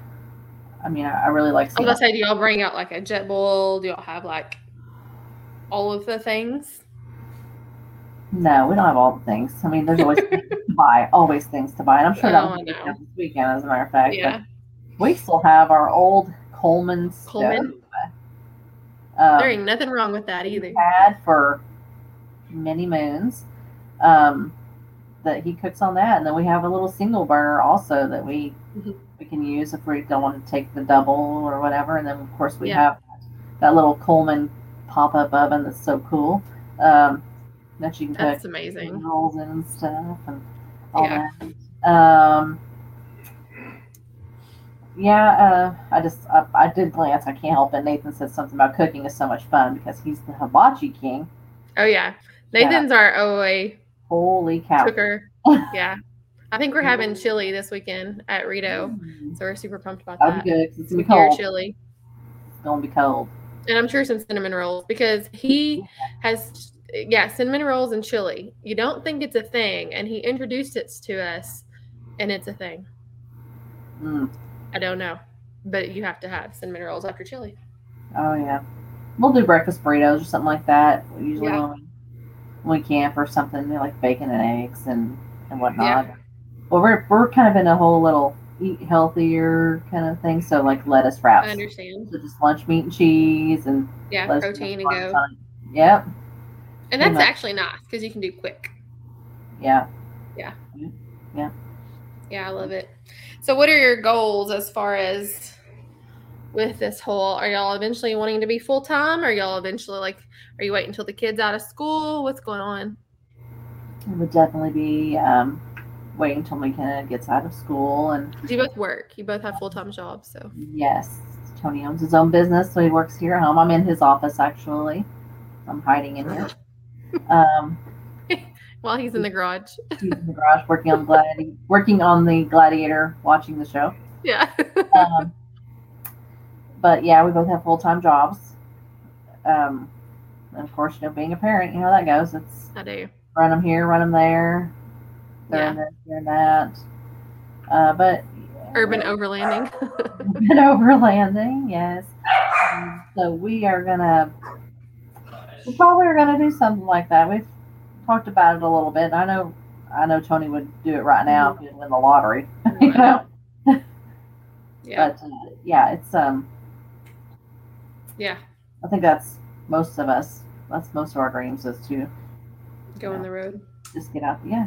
S2: I mean, I, I really like.
S1: I was
S2: Seeing,
S1: gonna say, do y'all bring out like a jet boil? Do y'all have like all of the things?
S2: no, we don't have all the things. I mean, there's always things to buy, always things to buy, and I'm sure that
S1: Oh,
S2: was
S1: I know.
S2: this weekend, as a matter of fact. but-
S1: Yeah,
S2: We still have our old Coleman stove.
S1: Coleman.
S2: Um,
S1: there ain't nothing wrong with that either.
S2: we've Had for many moons. Um, that he cooks on that, and then we have a little single burner also that we
S1: Mhm.
S2: we can use if we don't want to take the double or whatever. And then of course we
S1: Yeah.
S2: have that little Coleman pop up oven that's so cool um, that you can cook
S1: That's amazing.
S2: rolls and stuff and all
S1: Yeah.
S2: that. Um, yeah, uh, I just I, I did glance. I can't help it. Nathan said something about cooking is so much fun because he's the hibachi king.
S1: Oh yeah, Nathan's our OA
S2: Holy cow!
S1: cooker. Yeah, I think we're having
S2: Mm-hmm.
S1: chili this weekend at Rito, so we're super pumped about
S2: That'll be
S1: that.
S2: good. 'cause It's gonna be
S1: Pure
S2: cold.
S1: chili,
S2: It's gonna be cold.
S1: and I'm sure some cinnamon rolls because he has, yeah, cinnamon rolls and chili. You don't think it's a thing, and he introduced it to us, and it's a thing.
S2: Mm.
S1: I don't know, but you have to have cinnamon rolls after chili.
S2: Oh yeah. We'll do breakfast burritos or something like that. Usually
S1: Yeah.
S2: when, we, when we camp or something, they like bacon and eggs and and whatnot. But we're we're kind of in a whole little eat healthier kind of thing. So like lettuce
S1: I
S2: wraps.
S1: understand.
S2: So just lunch meat and cheese and
S1: Yeah,
S2: lettuce
S1: protein and
S2: wraps
S1: go,
S2: on it. Yep.
S1: and that's
S2: much.
S1: actually nice because you can do quick.
S2: Yeah.
S1: Yeah, I love it. So, what are your goals as far as with this whole? Are y'all eventually wanting to be full time? Are y'all eventually like? Are you waiting until the kids out of school? What's going on?
S2: It would definitely be um, waiting until McKenna gets out of school. And
S1: 'Cause you both work. You both have full time jobs. So,
S2: yes, Tony owns his own business, so he works here at home. I'm in his office actually. I'm hiding in here. Um,
S1: while he's in the garage,
S2: he's in the garage working on gladi- working on the Gladiator, watching the show.
S1: yeah,
S2: Um, but yeah, we both have full time jobs. Um, and of course, you know, being a parent, you know how that goes. It's
S1: I do.
S2: run them here, run them there, there and this, there and that. Uh, but
S1: Urban overlanding.
S2: urban overlanding, yes. Um, so we are gonna, we probably are gonna do something like that. We've talked about it a little bit. I know, I know Tony would do it right now if he win the lottery. you know,
S1: yeah,
S2: but uh, yeah, it's um,
S1: yeah,
S2: I think that's most of us. That's most of our dreams is to
S1: go on the road.
S2: just get out, yeah,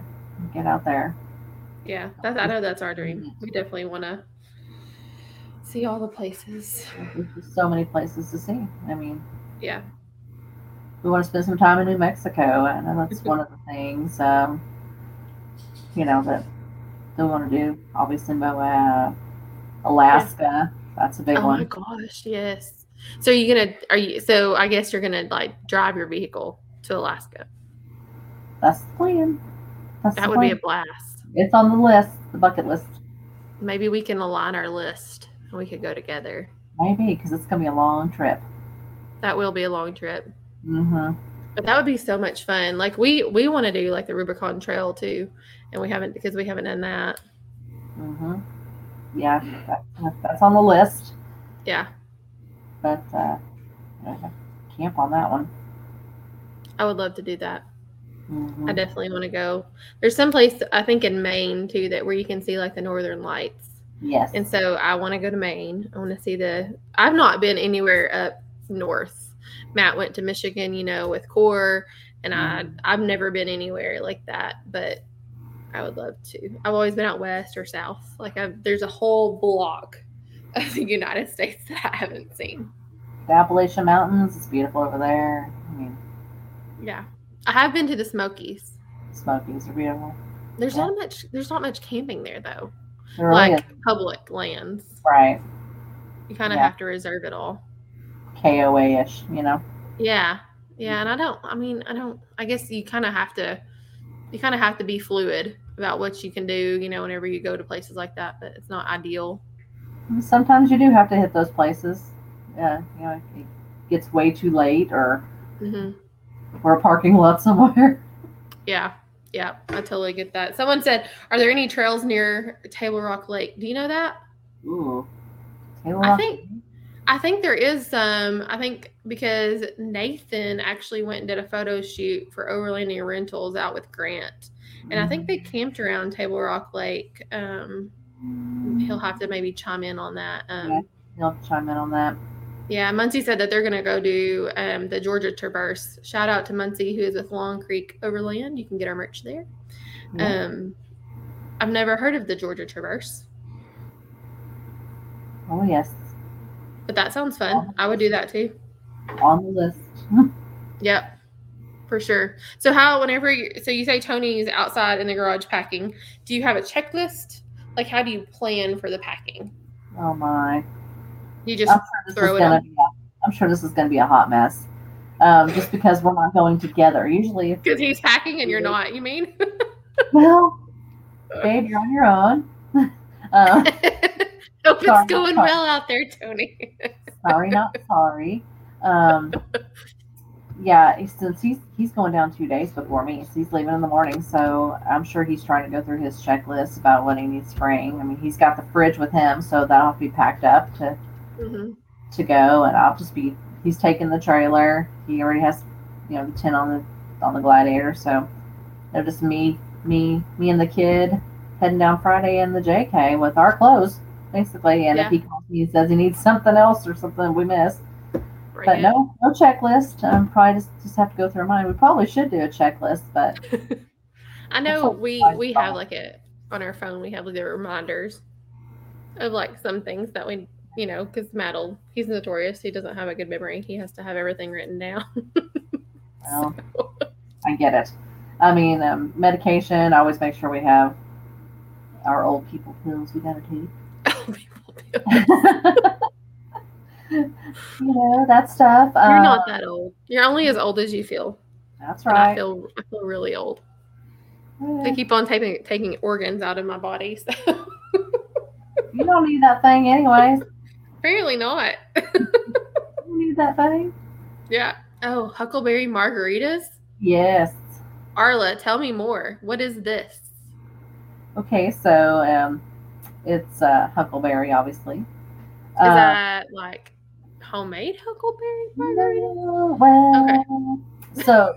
S2: get out there.
S1: Yeah, that's, I know that's our dream. We definitely want to Mm-hmm. see all the places.
S2: There's just so many places to see. I mean.
S1: Yeah,
S2: we want to spend some time in New Mexico. I know that's one of the things, um, you know, that they want to do. Obviously, Moab, Alaska. That's a big
S1: Oh
S2: one.
S1: my gosh, yes. So you gonna are you so I guess you're gonna like drive your vehicle to Alaska.
S2: That's the plan. That's
S1: That
S2: the
S1: would be a
S2: plan.
S1: blast.
S2: it's on the list, the bucket list.
S1: Maybe we can align our list and we could go together.
S2: Maybe because it's gonna be a long trip.
S1: That will be a long trip.
S2: Mm-hmm.
S1: But that would be so much fun. Like we we want to do like the Rubicon Trail too, and we haven't because we haven't done that.
S2: Mm-hmm. Yeah, that, that's on the list.
S1: Yeah,
S2: But uh, I don't have to camp on that one.
S1: I would love to do that.
S2: Mhm.
S1: I definitely want to go. There's some place I think in Maine too that where you can see like the northern lights.
S2: Yes.
S1: And so I want to go to Maine. I want to see the. I've not been anywhere up north. Matt went to Michigan, you know, with Core, and I
S2: Mhm.
S1: I've never been anywhere like that. But I would love to. I've always been out west or south. Like I've, there's a whole block of the United States that I haven't seen.
S2: The Appalachian Mountains. It's beautiful over there. I mean,
S1: Yeah, I have been to the Smokies.
S2: Smokies are beautiful.
S1: There's not much. There's not much camping there though.
S2: There really
S1: like
S2: is.
S1: public lands,
S2: Right.
S1: you kind of
S2: Yeah.
S1: have to reserve it all.
S2: KOA ish, you know?
S1: Yeah. Yeah. And I don't, I mean, I don't, I guess you kind of have to, you kind of have to be fluid about what you can do, you know, whenever you go to places like that, but it's not ideal.
S2: Sometimes you do have to hit those places. Yeah, you know, it gets way too late or
S1: hmm
S2: or a parking lot somewhere.
S1: Yeah. Yeah. I totally get that. Someone said, Are there any trails near Table Rock Lake? Do you know that?
S2: Ooh. Table
S1: I
S2: Rock-
S1: think- I think there is some. I think because Nathan actually went and did a photo shoot for Overlanding Rentals out with Grant. And
S2: Mm.
S1: I think they camped around Table Rock Lake. Um, he'll have to maybe chime in on that. Um,
S2: Yeah. You'll have to chime in on that.
S1: Yeah, Muncie said that they're going to go do um, the Georgia Traverse. Shout out to Muncie, who is with Long Creek Overland. You can get our merch there.
S2: Yeah.
S1: Um, I've never heard of the Georgia Traverse,
S2: oh yes.
S1: but that sounds fun. I would do that too.
S2: On the list.
S1: Yep, for sure. So, how, whenever you, so you say Tony's outside in the garage packing, do you have a checklist? Like, how do you plan for the packing?
S2: Oh my.
S1: You just,
S2: I'm sure this
S1: throw
S2: is
S1: it
S2: gonna
S1: on.
S2: be a, I'm sure this is gonna be a hot mess. Um, just because we're not going together. Usually if
S1: because he's packing and you're not, you mean?
S2: well babe, you're on your own. um,
S1: Hope
S2: Sorry,
S1: it's going
S2: sorry.
S1: well out there, Tony.
S2: sorry, not sorry. Um, yeah, he- since he's he's going down two days before me, so he's leaving in the morning. So I'm sure he's trying to go through his checklist about what he needs to bring. I mean, he's got the fridge with him, so that'll be packed up to Mm-hmm.
S1: Mhm.
S2: to go, and I'll just be. He's taking the trailer. He already has, you know, the tent on the on the gladiator. So, they're just me, me, me, and the kid heading down Friday in the JK with our clothes, basically. And
S1: Yeah.
S2: if he calls me and says he needs something else or something we missed,
S1: Bring
S2: but
S1: it.
S2: no, no checklist. I'm probably just just have to go through mine. We probably should do a checklist, but
S1: I know
S2: what
S1: we
S2: I
S1: we
S2: thought.
S1: have like a on our phone we have like the reminders of like some things that we you know because Maddle he's notorious he doesn't have a good memory he has to have everything written down.
S2: well, I get it. I mean, um, medication. I always make sure we have our old people pills. We gotta take.
S1: People do.
S2: you know that stuff.
S1: You're
S2: um,
S1: not that old. You're only as old as you feel.
S2: That's
S1: And I
S2: right.
S1: feel I feel really old. They
S2: Eh,
S1: keep on taking taking organs out of my body. So
S2: You don't need that thing, anyways.
S1: apparently not.
S2: You don't need that thing.
S1: Yeah. Oh, huckleberry margaritas.
S2: Yes.
S1: Arla, tell me more. What is this?
S2: Okay, so um, it's uh, huckleberry, obviously. Is
S1: Is
S2: Uh,
S1: that like homemade huckleberry margarita?
S2: Well, so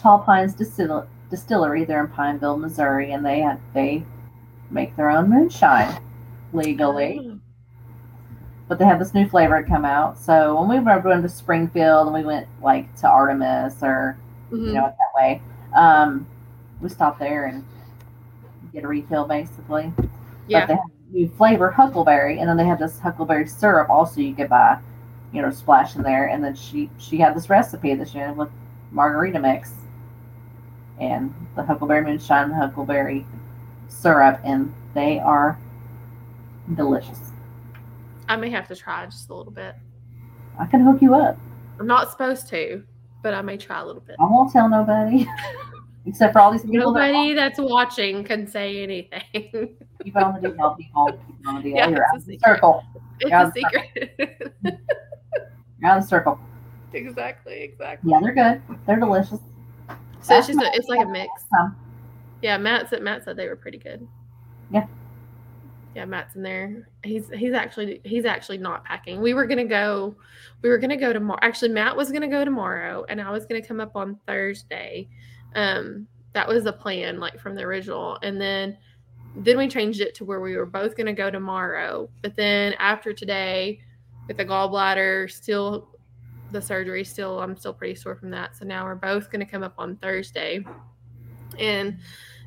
S2: Tall Pines Distil- Distillery, they're in Pineville, Missouri, and they they make their own moonshine legally.
S1: Oh.
S2: but they had this new flavor come out. So when we were going to Springfield and we went like to Artemis or you
S1: Mhm.
S2: know that way, um, we stopped there and get a refill basically.
S1: Yeah.
S2: But they had a new flavor huckleberry, and then they had this huckleberry syrup also you could buy, you know, splash in there. And then she she had this recipe that she had with margarita mix, and the huckleberry moonshine, the huckleberry syrup, and they are delicious.
S1: I may have to try just a little bit.
S2: I can hook you up.
S1: I'm not supposed to, but I may try a little bit.
S2: I won't tell nobody. Except for all these people
S1: Nobody that's watching can say anything.
S2: that keep on the deal, help people, keep on the deal.
S1: Yeah,
S2: You're
S1: it's
S2: out
S1: a
S2: of the
S1: secret.
S2: circle.
S1: It's
S2: Yeah.
S1: a secret.
S2: You're out of the circle.
S1: exactly, exactly.
S2: Yeah, they're good. They're delicious.
S1: So it's just a, it's like a mix.
S2: Um,
S1: Yeah, Matt said Matt said they were pretty good.
S2: Yeah.
S1: Yeah, Matt's in there. He's he's actually he's actually not packing. We were gonna go, we were gonna go tomorrow. Actually, Matt was gonna go tomorrow, and I was gonna come up on Thursday. Um, that was the plan, like from the original, and then then we changed it to where we were both gonna go tomorrow. But then after today, with the gallbladder still, the surgery still, I'm still pretty sore from that. So now we're both gonna come up on Thursday, and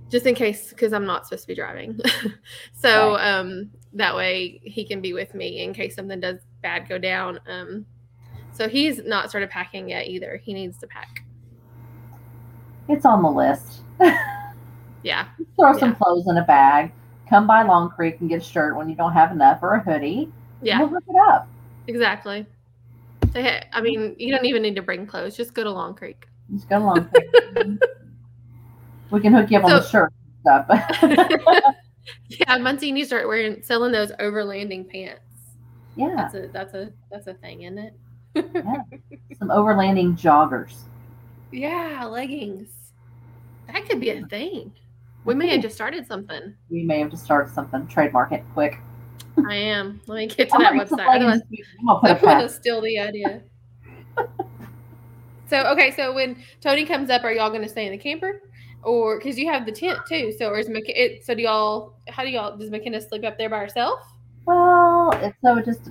S1: just in case because i'm not supposed to be driving so um that way he can be with me in case something does bad go down um so he's not started packing yet either he needs to pack
S2: it's on the list.
S1: yeah
S2: Throw some
S1: Yeah.
S2: clothes in a bag. Come by Long Creek and get a shirt when you don't have enough or a hoodie.
S1: yeah
S2: We'll hook it up.
S1: exactly so hey, i mean you don't even need to bring clothes just go to long creek
S2: Just go to Long Creek. we can hook you up on the shirt and stuff.
S1: yeah muncie needs to start wearing selling those overlanding pants
S2: yeah.
S1: that's a that's a that's a thing isn't it
S2: Some overlanding joggers.
S1: yeah leggings that could be a thing we may have just started something
S2: We may have to start something, trademark it quick.
S1: I am. Let me get to
S2: I'm
S1: that
S2: gonna get some
S1: website. Otherwise,
S2: leggings this week. I'm gonna put a
S1: I'm gonna
S2: pack.
S1: steal the idea. so okay, so when Tony comes up, are y'all gonna stay in the camper, or because you have the tent too? So or is McK- it, so do y'all? How do y'all? Does McKenna sleep up there by herself?
S2: Well, it, so it just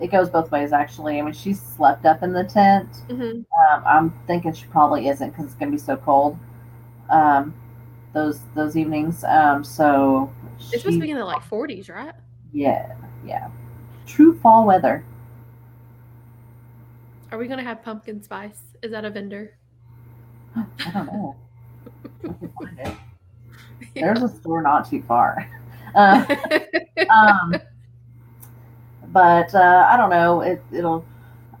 S2: it goes both ways actually. I mean, she slept up in the tent.
S1: Mm-hmm.
S2: Um, I'm thinking she probably isn't because it's gonna be so cold. Um, those those evenings. Um, so
S1: It's supposed to be in the like 40s, right?
S2: yeah yeah true fall weather.
S1: Are we gonna have pumpkin spice? Is that a vendor?
S2: I don't know. We could find it. There's a store not too far. Um, um, but uh, I don't know. It, it'll.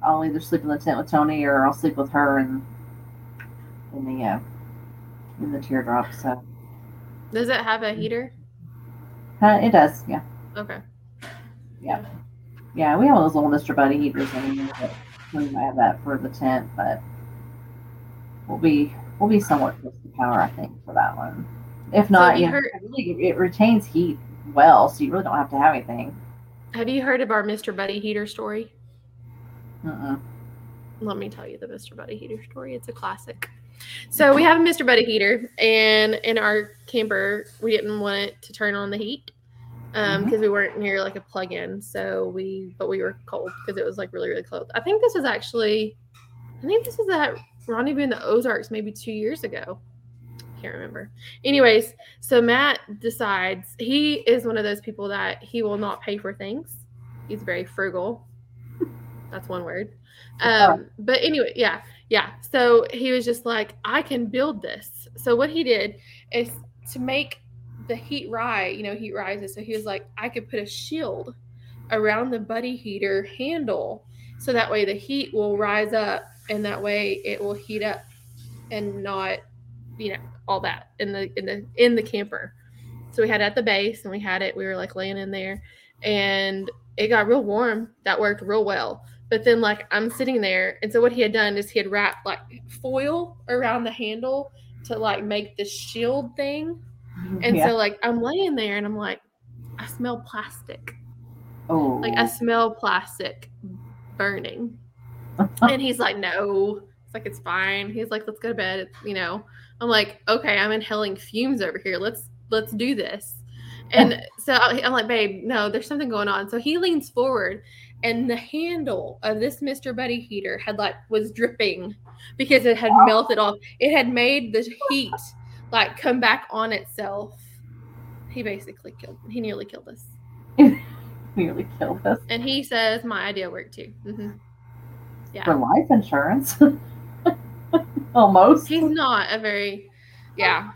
S2: I'll either sleep in the tent with Tony, or I'll sleep with her and in the uh, in the teardrop. So
S1: Does it have a heater?
S2: Uh, it does, yeah.
S1: Okay.
S2: Yeah, we have those little Mr. Buddy heaters anymore, but we might have that for the tent, but we'll be we'll be somewhat close to power, I think, for that one. If not,
S1: have you
S2: you know,
S1: heard-
S2: it really it retains heat well, so you really don't have to have anything.
S1: Have you heard of our Mr. Buddy heater story?
S2: Mm-mm.
S1: let me tell you the Mr. Buddy heater story. It's a classic. So we have a Mr. Buddy heater, and in our camper, we didn't want it to turn on the heat because we weren't near like a plug-in. So we, but we were cold because it was like really, really cold. I think this was actually, I think this was at Rendezvous in the Ozarks maybe two years ago. Can't remember. Anyways, so Matt decides he is one of those people that he will not pay for things. He's very frugal. That's one word. Um, but anyway, yeah, yeah. So he was just like, I can build this. So what he did is to make the heat rise, you know, heat rises. So he was like, I could put a shield around the buddy heater handle so that way the heat will rise up and that way it will heat up and not, you know, all that in the in the in the camper. So we had it at the base and we had it, we were like laying in there and it got real warm. That worked real well. But then, like, I'm sitting there, and so what he had done is he had wrapped like foil around the handle to like make the shield thing. And
S2: yeah.
S1: so, like, I'm laying there and I'm like, I smell plastic.
S2: oh,
S1: Like, I smell plastic burning. and he's like, no. It's like, it's fine. He's like, let's go to bed. It's, you know, I'm like, okay, I'm inhaling fumes over here. Let's, let's do this. And so I- I'm like, babe, no, there's something going on. So he leans forward and the handle of this Mr. Buddy heater had like was dripping because it had melted off. It had made the heat like come back on itself. He basically killed, he nearly killed us.
S2: nearly killed us
S1: And he says, my idea worked too. hmm Yeah.
S2: for life insurance. Almost.
S1: He's not a very, yeah.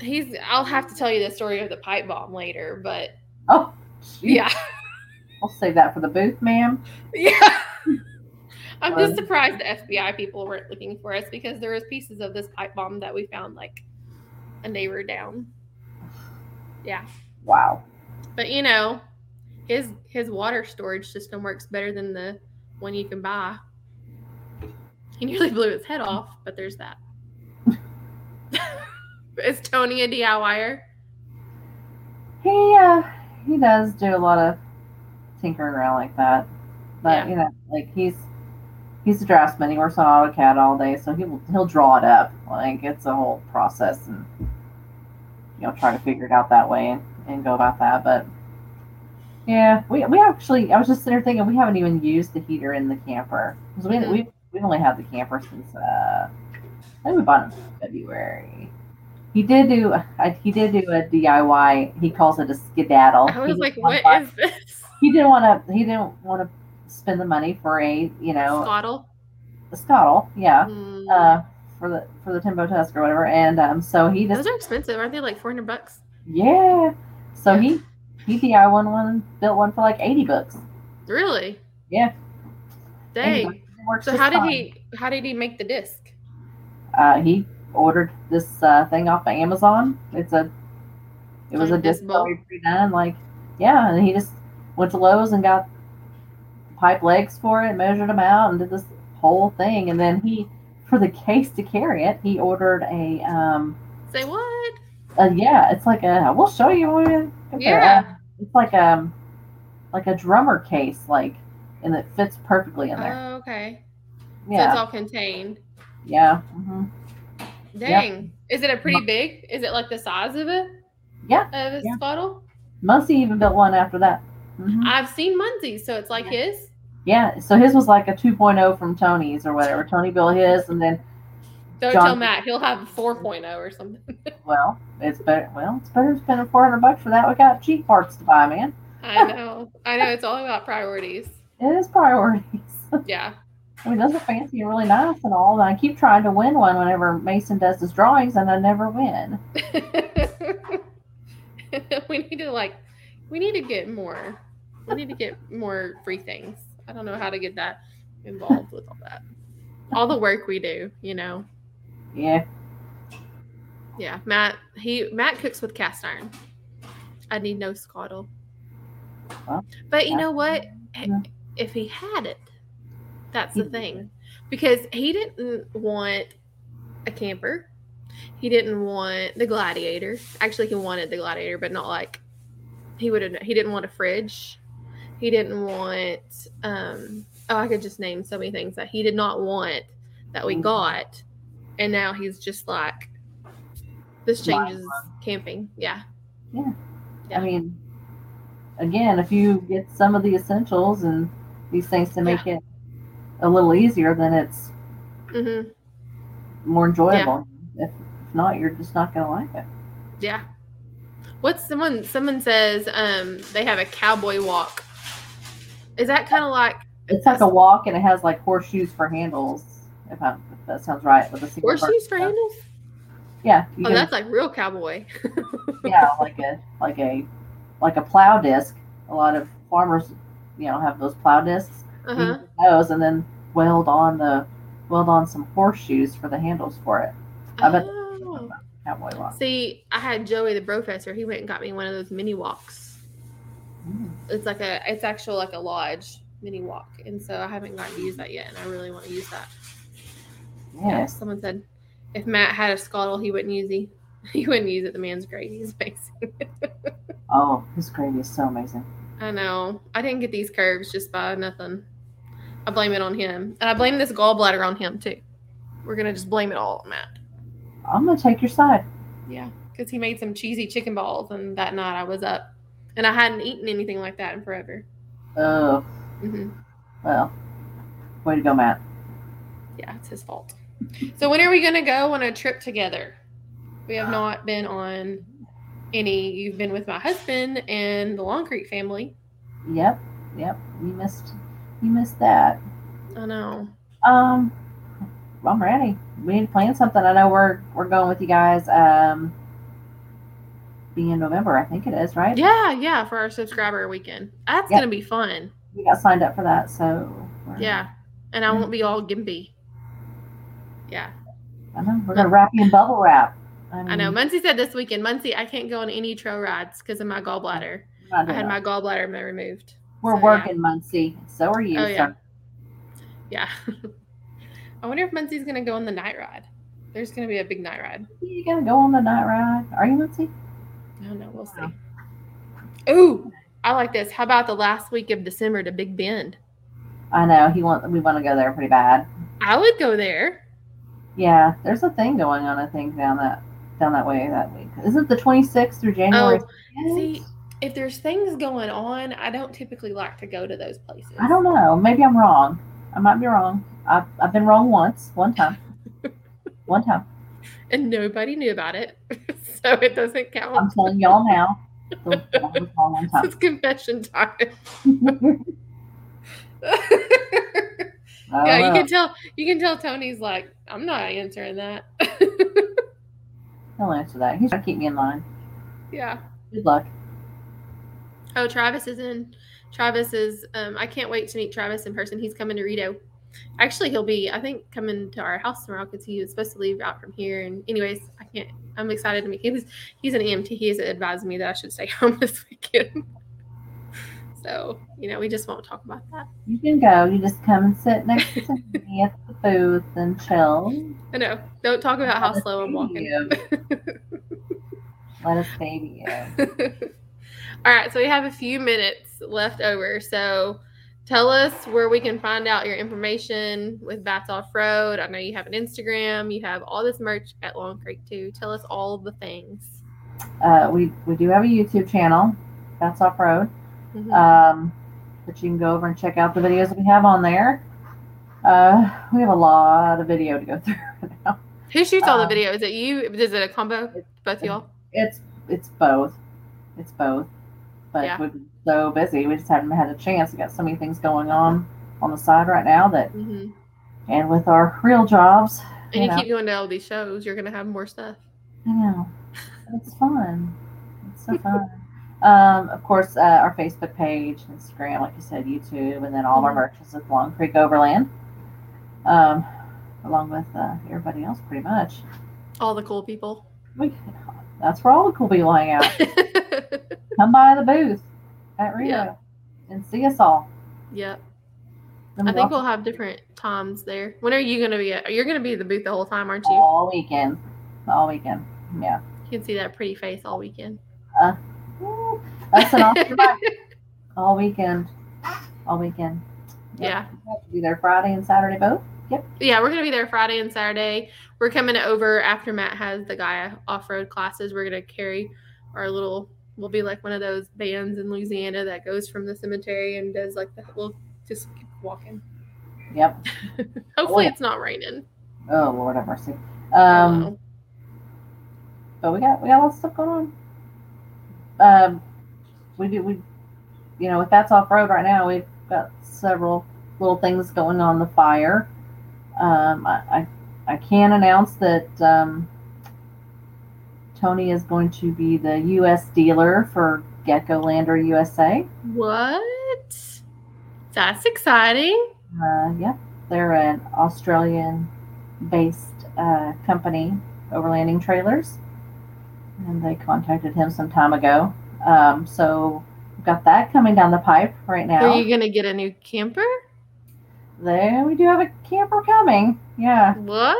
S1: He's. I'll have to tell you the story of the pipe bomb later, but
S2: Oh, jeez.
S1: yeah,
S2: I'll save that for the booth, ma'am.
S1: yeah. I'm
S2: Um,
S1: just surprised the FBI people weren't looking for us because there was pieces of this pipe bomb that we found like a neighbor down. Yeah,
S2: Wow.
S1: but you know, his his water storage system works better than the one you can buy. He nearly blew his head off, but there's that. Is Tony a DIYer?
S2: He uh he does do a lot of tinkering around like that.
S1: Yeah.
S2: But you know, like he's he's a draftsman, he works on AutoCAD all day, so he'll he'll draw it up. Like it's a whole process and you know, try to figure it out that way and, and go about that. But yeah, we we actually I was just sitting there thinking we haven't even used the heater in the camper. 'Cause we
S1: Mhm.
S2: we we've only had the camper since uh I think we bought it in February. He did do I, he did do a DIY. He calls it a skedaddle.
S1: I
S2: He
S1: was
S2: didn't
S1: like,
S2: wanna
S1: what
S2: buy-
S1: is this?
S2: He didn't want to. He didn't want to spend the money for a you know
S1: Swaddle?
S2: a scuttle. Yeah.
S1: Mm.
S2: Uh, for the for the Timbo Tusk or whatever, and um, so he just
S1: Those are expensive, aren't they? Like 400 bucks?
S2: yeah. So he he DIY one one built one for like eighty bucks.
S1: Really?
S2: Yeah.
S1: Dang.
S2: It works
S1: So
S2: just
S1: how did
S2: fine.
S1: he how did he make the disc?
S2: Uh, he ordered this uh, thing off of Amazon. It's a it was a
S1: Like this
S2: disc
S1: bowl?
S2: pre done, like yeah, and he just went to Lowe's and got pipe legs for it, measured them out, and did this whole thing. And then he, for the case to carry it, he ordered a um,
S1: Say what?
S2: a, yeah, it's like a we'll show you. when we get there.
S1: Yeah.
S2: Uh, it's like um like a drummer case, like, and it fits perfectly in there.
S1: Oh, okay. So
S2: yeah,
S1: it's all contained.
S2: yeah, hmm
S1: Dang. Is it a pretty big? Is it like the size of a
S2: Yeah,
S1: of a
S2: yeah. Mm-hmm.
S1: swaddle?
S2: Muncie even built one after that. Mhm.
S1: I've seen Munsey, so it's like his.
S2: Yeah, so his was like a 2.0 from Tony's or whatever. Tony built his, and then
S1: Don't
S2: John-
S1: tell Matt, he'll have a 4.0 or something.
S2: well, it's better. Well, it's better spending 400 bucks for that. We got cheap parts to buy, man.
S1: I know. I know it's all about priorities.
S2: It is priorities.
S1: Yeah.
S2: I mean, those are fancy and really nice and all. And I keep trying to win one whenever Mason does his drawings, and I never win.
S1: we need to like we need to get more we need to get more free things i don't know how to get that involved with all that all the work we do you know
S2: Yeah.
S1: Yeah, Matt. He Matt cooks with cast iron. I need no scoddle.
S2: Well,
S1: but you
S2: yeah.
S1: know what?
S2: Yeah.
S1: If he had it, that's
S2: He
S1: the thing, because he didn't want a camper. He didn't want the gladiator. Actually, he wanted the gladiator, but not like he would have. He didn't want a fridge. He didn't want. um Oh, I could just name so many things that he did not want that we
S2: Mhm.
S1: got, and now he's just like, this
S2: Life
S1: changes camping. Yeah,
S2: I mean, again, if you get some of the essentials and these things to make it a little easier, then it's
S1: hmm
S2: more enjoyable. If, if not, you're just not going to like it.
S1: yeah. What's someone? Someone says um they have a cowboy walk. Is that kind of like
S2: It's like a walk and it has like horseshoes for handles, if, I, if that sounds right. With a single bar-
S1: horseshoes for handles?
S2: Yeah. you
S1: Oh,
S2: can-
S1: that's like real cowboy.
S2: yeah, like a like a like a plow disc. A lot of farmers, you know, have those plow discs.
S1: Uh
S2: You
S1: huh.
S2: use Those and then weld on the weld on some horseshoes for the handles for it. I bet-
S1: Oh.
S2: Cowboy walk.
S1: See, I had Joey the professor. He went and got me one of those mini walks.
S2: Mm.
S1: It's like a, it's actual like a lodge mini walk, and so I haven't gotten to use that yet, and I really want to use that.
S2: Yes.
S1: Someone said, if Matt had a scuttle, he wouldn't use he, he wouldn't use it. The man's great. He's amazing.
S2: Oh, his gravy is so amazing.
S1: I know. I didn't get these curves just by nothing. I blame it on him, and I blame this gallbladder on him too. We're gonna just blame it all on Matt.
S2: I'm gonna take your side.
S1: Yeah, because he made some cheesy chicken balls, and that night I was up, and I hadn't eaten anything like that in forever.
S2: Oh,
S1: hmm
S2: well. Way to go, Matt.
S1: Yeah, it's his fault. So when are we gonna go on a trip together? We have not been on any. You've been with my husband and the Long Creek family.
S2: Yep, yep. You missed you missed that.
S1: I know.
S2: Um I'm ready. We need to plan something. I know we're we're going with you guys um being in November, I think it is, right?
S1: Yeah, yeah, for our subscriber weekend. That's
S2: Yeah.
S1: gonna be fun.
S2: We got signed up for that, so we're-
S1: Yeah, and I
S2: Mhm.
S1: won't be all gimpy. Yeah,
S2: I know. We're gonna wrap you in bubble wrap.
S1: I know.
S2: mean,
S1: Muncie said this weekend, Muncie, I can't go on any trail rides because of my gallbladder.
S2: we're not
S1: I
S2: doing
S1: had
S2: that.
S1: my gallbladder mo- removed.
S2: we're
S1: so,
S2: working, Muncie. So are you.
S1: Oh, yeah.
S2: sir.
S1: Yeah. I wonder if Muncie's gonna go on the night ride. There's gonna be a big night ride.
S2: You gonna go on the night ride? Are you Muncie?
S1: I don't know. We'll see. Ooh, I like this. How about the last week of December to Big Bend?
S2: I know, he want we wanna go there pretty bad.
S1: I would go there.
S2: Yeah, there's a thing going on. I think down that down that way that week. Is it the 26th through January?
S1: Oh,
S2: 5th?
S1: see, if there's things going on, I don't typically like to go to those places.
S2: I don't know. Maybe I'm wrong. I might be wrong. I've I've been wrong once, one time, one time.
S1: And nobody knew about it, so it doesn't
S2: I'm
S1: count.
S2: telling y'all now. The- I was wrong one time.
S1: It's confession time.
S2: I
S1: yeah, you
S2: don't
S1: can tell. You can tell Tony's like, I'm not answering that.
S2: know. He'll answer that. He's trying to keep me in line.
S1: yeah.
S2: Good luck.
S1: Oh, Travis is in. Travis is. Um, I can't wait to meet Travis in person. He's coming to Rito. Actually, he'll be. I think coming to our house tomorrow because he was supposed to leave out from here. And anyways, I can't. I'm excited to meet. He was. He's an EMT. He has advised me that I should stay home this weekend. so you know, we just won't talk about that.
S2: You can go. You just come and sit next to me at the booth and chill.
S1: I know. Don't talk about how
S2: Let us
S1: slow I'm
S2: baby
S1: walking.
S2: you. Let us baby you.
S1: All right, so we have a few minutes left over. So tell us where we can find out your information with Bats Off Road. I know you have an Instagram, you have all this merch at Long Creek too. Tell us all the things.
S2: Uh, we we do have a YouTube channel. That's off road.
S1: Mhm.
S2: um, but you can go over and check out the videos that we have on there. Uh, we have a lot of video to go through right now.
S1: Who shoots all
S2: um,
S1: the videos? Is it you? Is it a combo? Both y'all?
S2: It's it's both, it's both, but
S1: Yeah.
S2: we've been so busy, we just haven't had a chance. We got so many things going on on the side right now that,
S1: hmm
S2: and with our real jobs,
S1: And you
S2: Yeah.
S1: keep going to all these shows, you're going to have more stuff.
S2: I know it's fun. It's so fun. Um, of course, uh, our Facebook page, Instagram, like you said, YouTube, and then all of our
S1: Mhm.
S2: merch is at Long Creek Overland, um, along with uh, everybody else, pretty much.
S1: All the cool people.
S2: We can, that's where all the cool people hang out. Come by the booth at Rio
S1: Yeah.
S2: and see us all.
S1: yep.
S2: Then
S1: I think
S2: walk
S1: we'll have different times there. When are you going to be at? You're going to be at the booth the whole time, aren't you?
S2: all weekend. All weekend. Yeah.
S1: You can see that pretty face all weekend.
S2: Ooh, That's an awesome night. All weekend. All weekend.
S1: Yeah.
S2: You have to be there Friday and Saturday both.
S1: Yeah, we're going to be there Friday and Saturday. We're coming over after Matt has the guy off road classes. We're going to carry our little, we'll be like one of those bands in Louisiana that goes from the cemetery and does like the, we'll just keep walking.
S2: Yep.
S1: Hopefully
S2: yeah.
S1: it's not raining.
S2: Oh Lord have mercy.
S1: I
S2: Um
S1: don't
S2: but we got we got lots of stuff going on. Um, we do we, you know, if that's off road right now, we've got several little things going on the fire. Um, I I, I can announce that um, Tony is going to be the U.S. dealer for Gecko Lander USA.
S1: know. What? That's exciting.
S2: Uh, yeah, they're an Australian-based uh, company, overlanding trailers, and they contacted him some time ago. Um, so we've got that coming down the pipe right now.
S1: Are you going to get a new camper?
S2: There, we do have a camper coming. Yeah,
S1: What?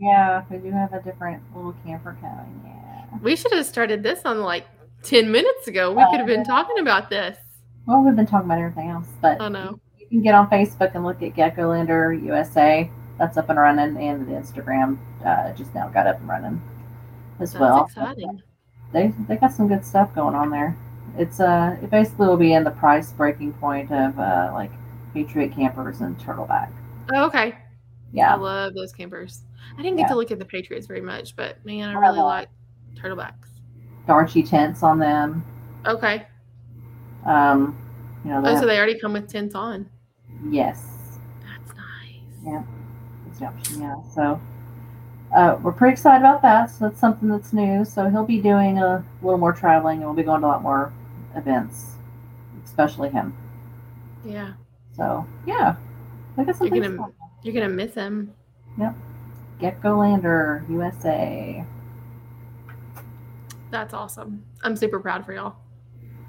S2: yeah, we do have a different little camper coming. Yeah.
S1: We should have started this on like 10 minutes ago. We could have been talking about this.
S2: Well, we've been talking about everything else, but
S1: I know.
S2: you can get on Facebook and look at Gecko Lander USA. That's up and running, and the Instagram uh, just now got up and running as
S1: That's
S2: well.
S1: exciting.
S2: they they got some good stuff going on there. It's uh it basically will be in the price breaking point of uh like Patriot campers and turtleback.
S1: Oh, okay. I
S2: Yeah.
S1: love those campers. I didn't get
S2: Yeah.
S1: to look at the Patriots very much, but man, I
S2: I
S1: really
S2: love-
S1: like turtlebacks.
S2: Darchy tents on them.
S1: Okay.
S2: Um you know they
S1: Oh,
S2: have-
S1: so they already come with tents on.
S2: yes.
S1: That's nice.
S2: Yeah. It's an option, yeah. So uh, we're pretty excited about that. So that's something that's new. So he'll be doing a little more traveling and we'll be going to a lot more events, especially him.
S1: Yeah.
S2: So yeah. Look at some
S1: You're
S2: things
S1: gonna-
S2: going on.
S1: You're going to miss them.
S2: Gecko Lander USA.
S1: That's awesome. I'm super proud for y'all.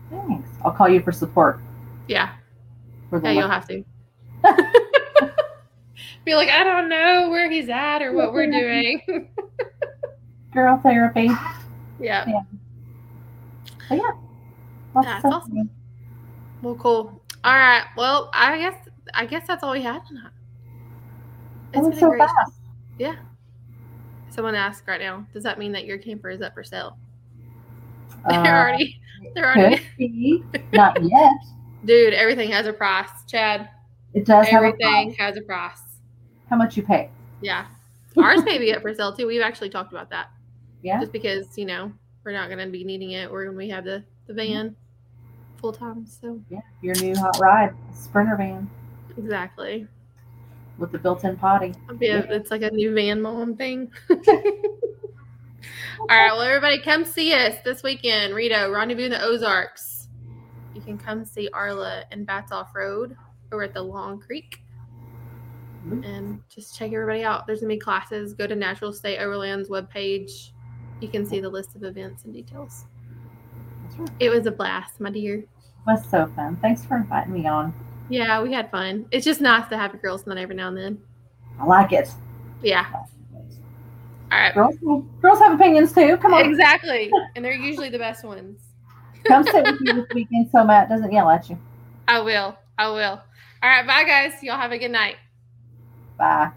S2: Thanks. I'll call you for support
S1: Yeah.
S2: for the
S1: Yeah, you'll
S2: yeah,
S1: have to. Be like, I don't know where he's at or what we're doing.
S2: girl therapy.
S1: yeah.
S2: But yeah,
S1: That's
S2: stuff
S1: awesome.
S2: going
S1: Well, cool. All right. Well, I guess I guess that's all we had tonight.
S2: on.
S1: It's
S2: That was
S1: been
S2: so
S1: a great
S2: fast.
S1: Someone asked right now, does that mean that your camper is up for sale? they're
S2: Uh,
S1: already, they're already,
S2: could be. Not yet.
S1: dude. Everything has a price, Chad.
S2: It does have a price.
S1: Everything has a price.
S2: How much you pay?
S1: Yeah, ours may be up for sale too. We've actually talked about that.
S2: Yeah.
S1: Just because you know we're not going to be needing it, or when we have the the
S2: Mm-hmm.
S1: van full time. So
S2: Yeah, your new hot ride, Sprinter van
S1: exactly,
S2: with the built-in potty.
S1: It'll be a- it's like a new van mom thing. All right, well, everybody, come see us this weekend. Rito, Rendezvous in the Ozarks. You can come see Arla and Bats Off Road over at the Long Creek.
S2: Mhm.
S1: And just check everybody out. There's going to be classes. Go to Natural State Overland's webpage. You can see the list of events and details.
S2: That's right.
S1: It was a blast, my dear.
S2: Was so fun. Thanks for inviting me on.
S1: Yeah, we had fun. It's just nice to have a girls' night every now and then.
S2: I like it.
S1: Yeah. All right.
S2: Girls, girls have opinions too. Come on,
S1: Exactly. And they're usually the best ones.
S2: come sit with me this weekend so Matt doesn't yell at you.
S1: I will. I will. All right. Bye, guys. Y'all have a good night.
S2: Bye.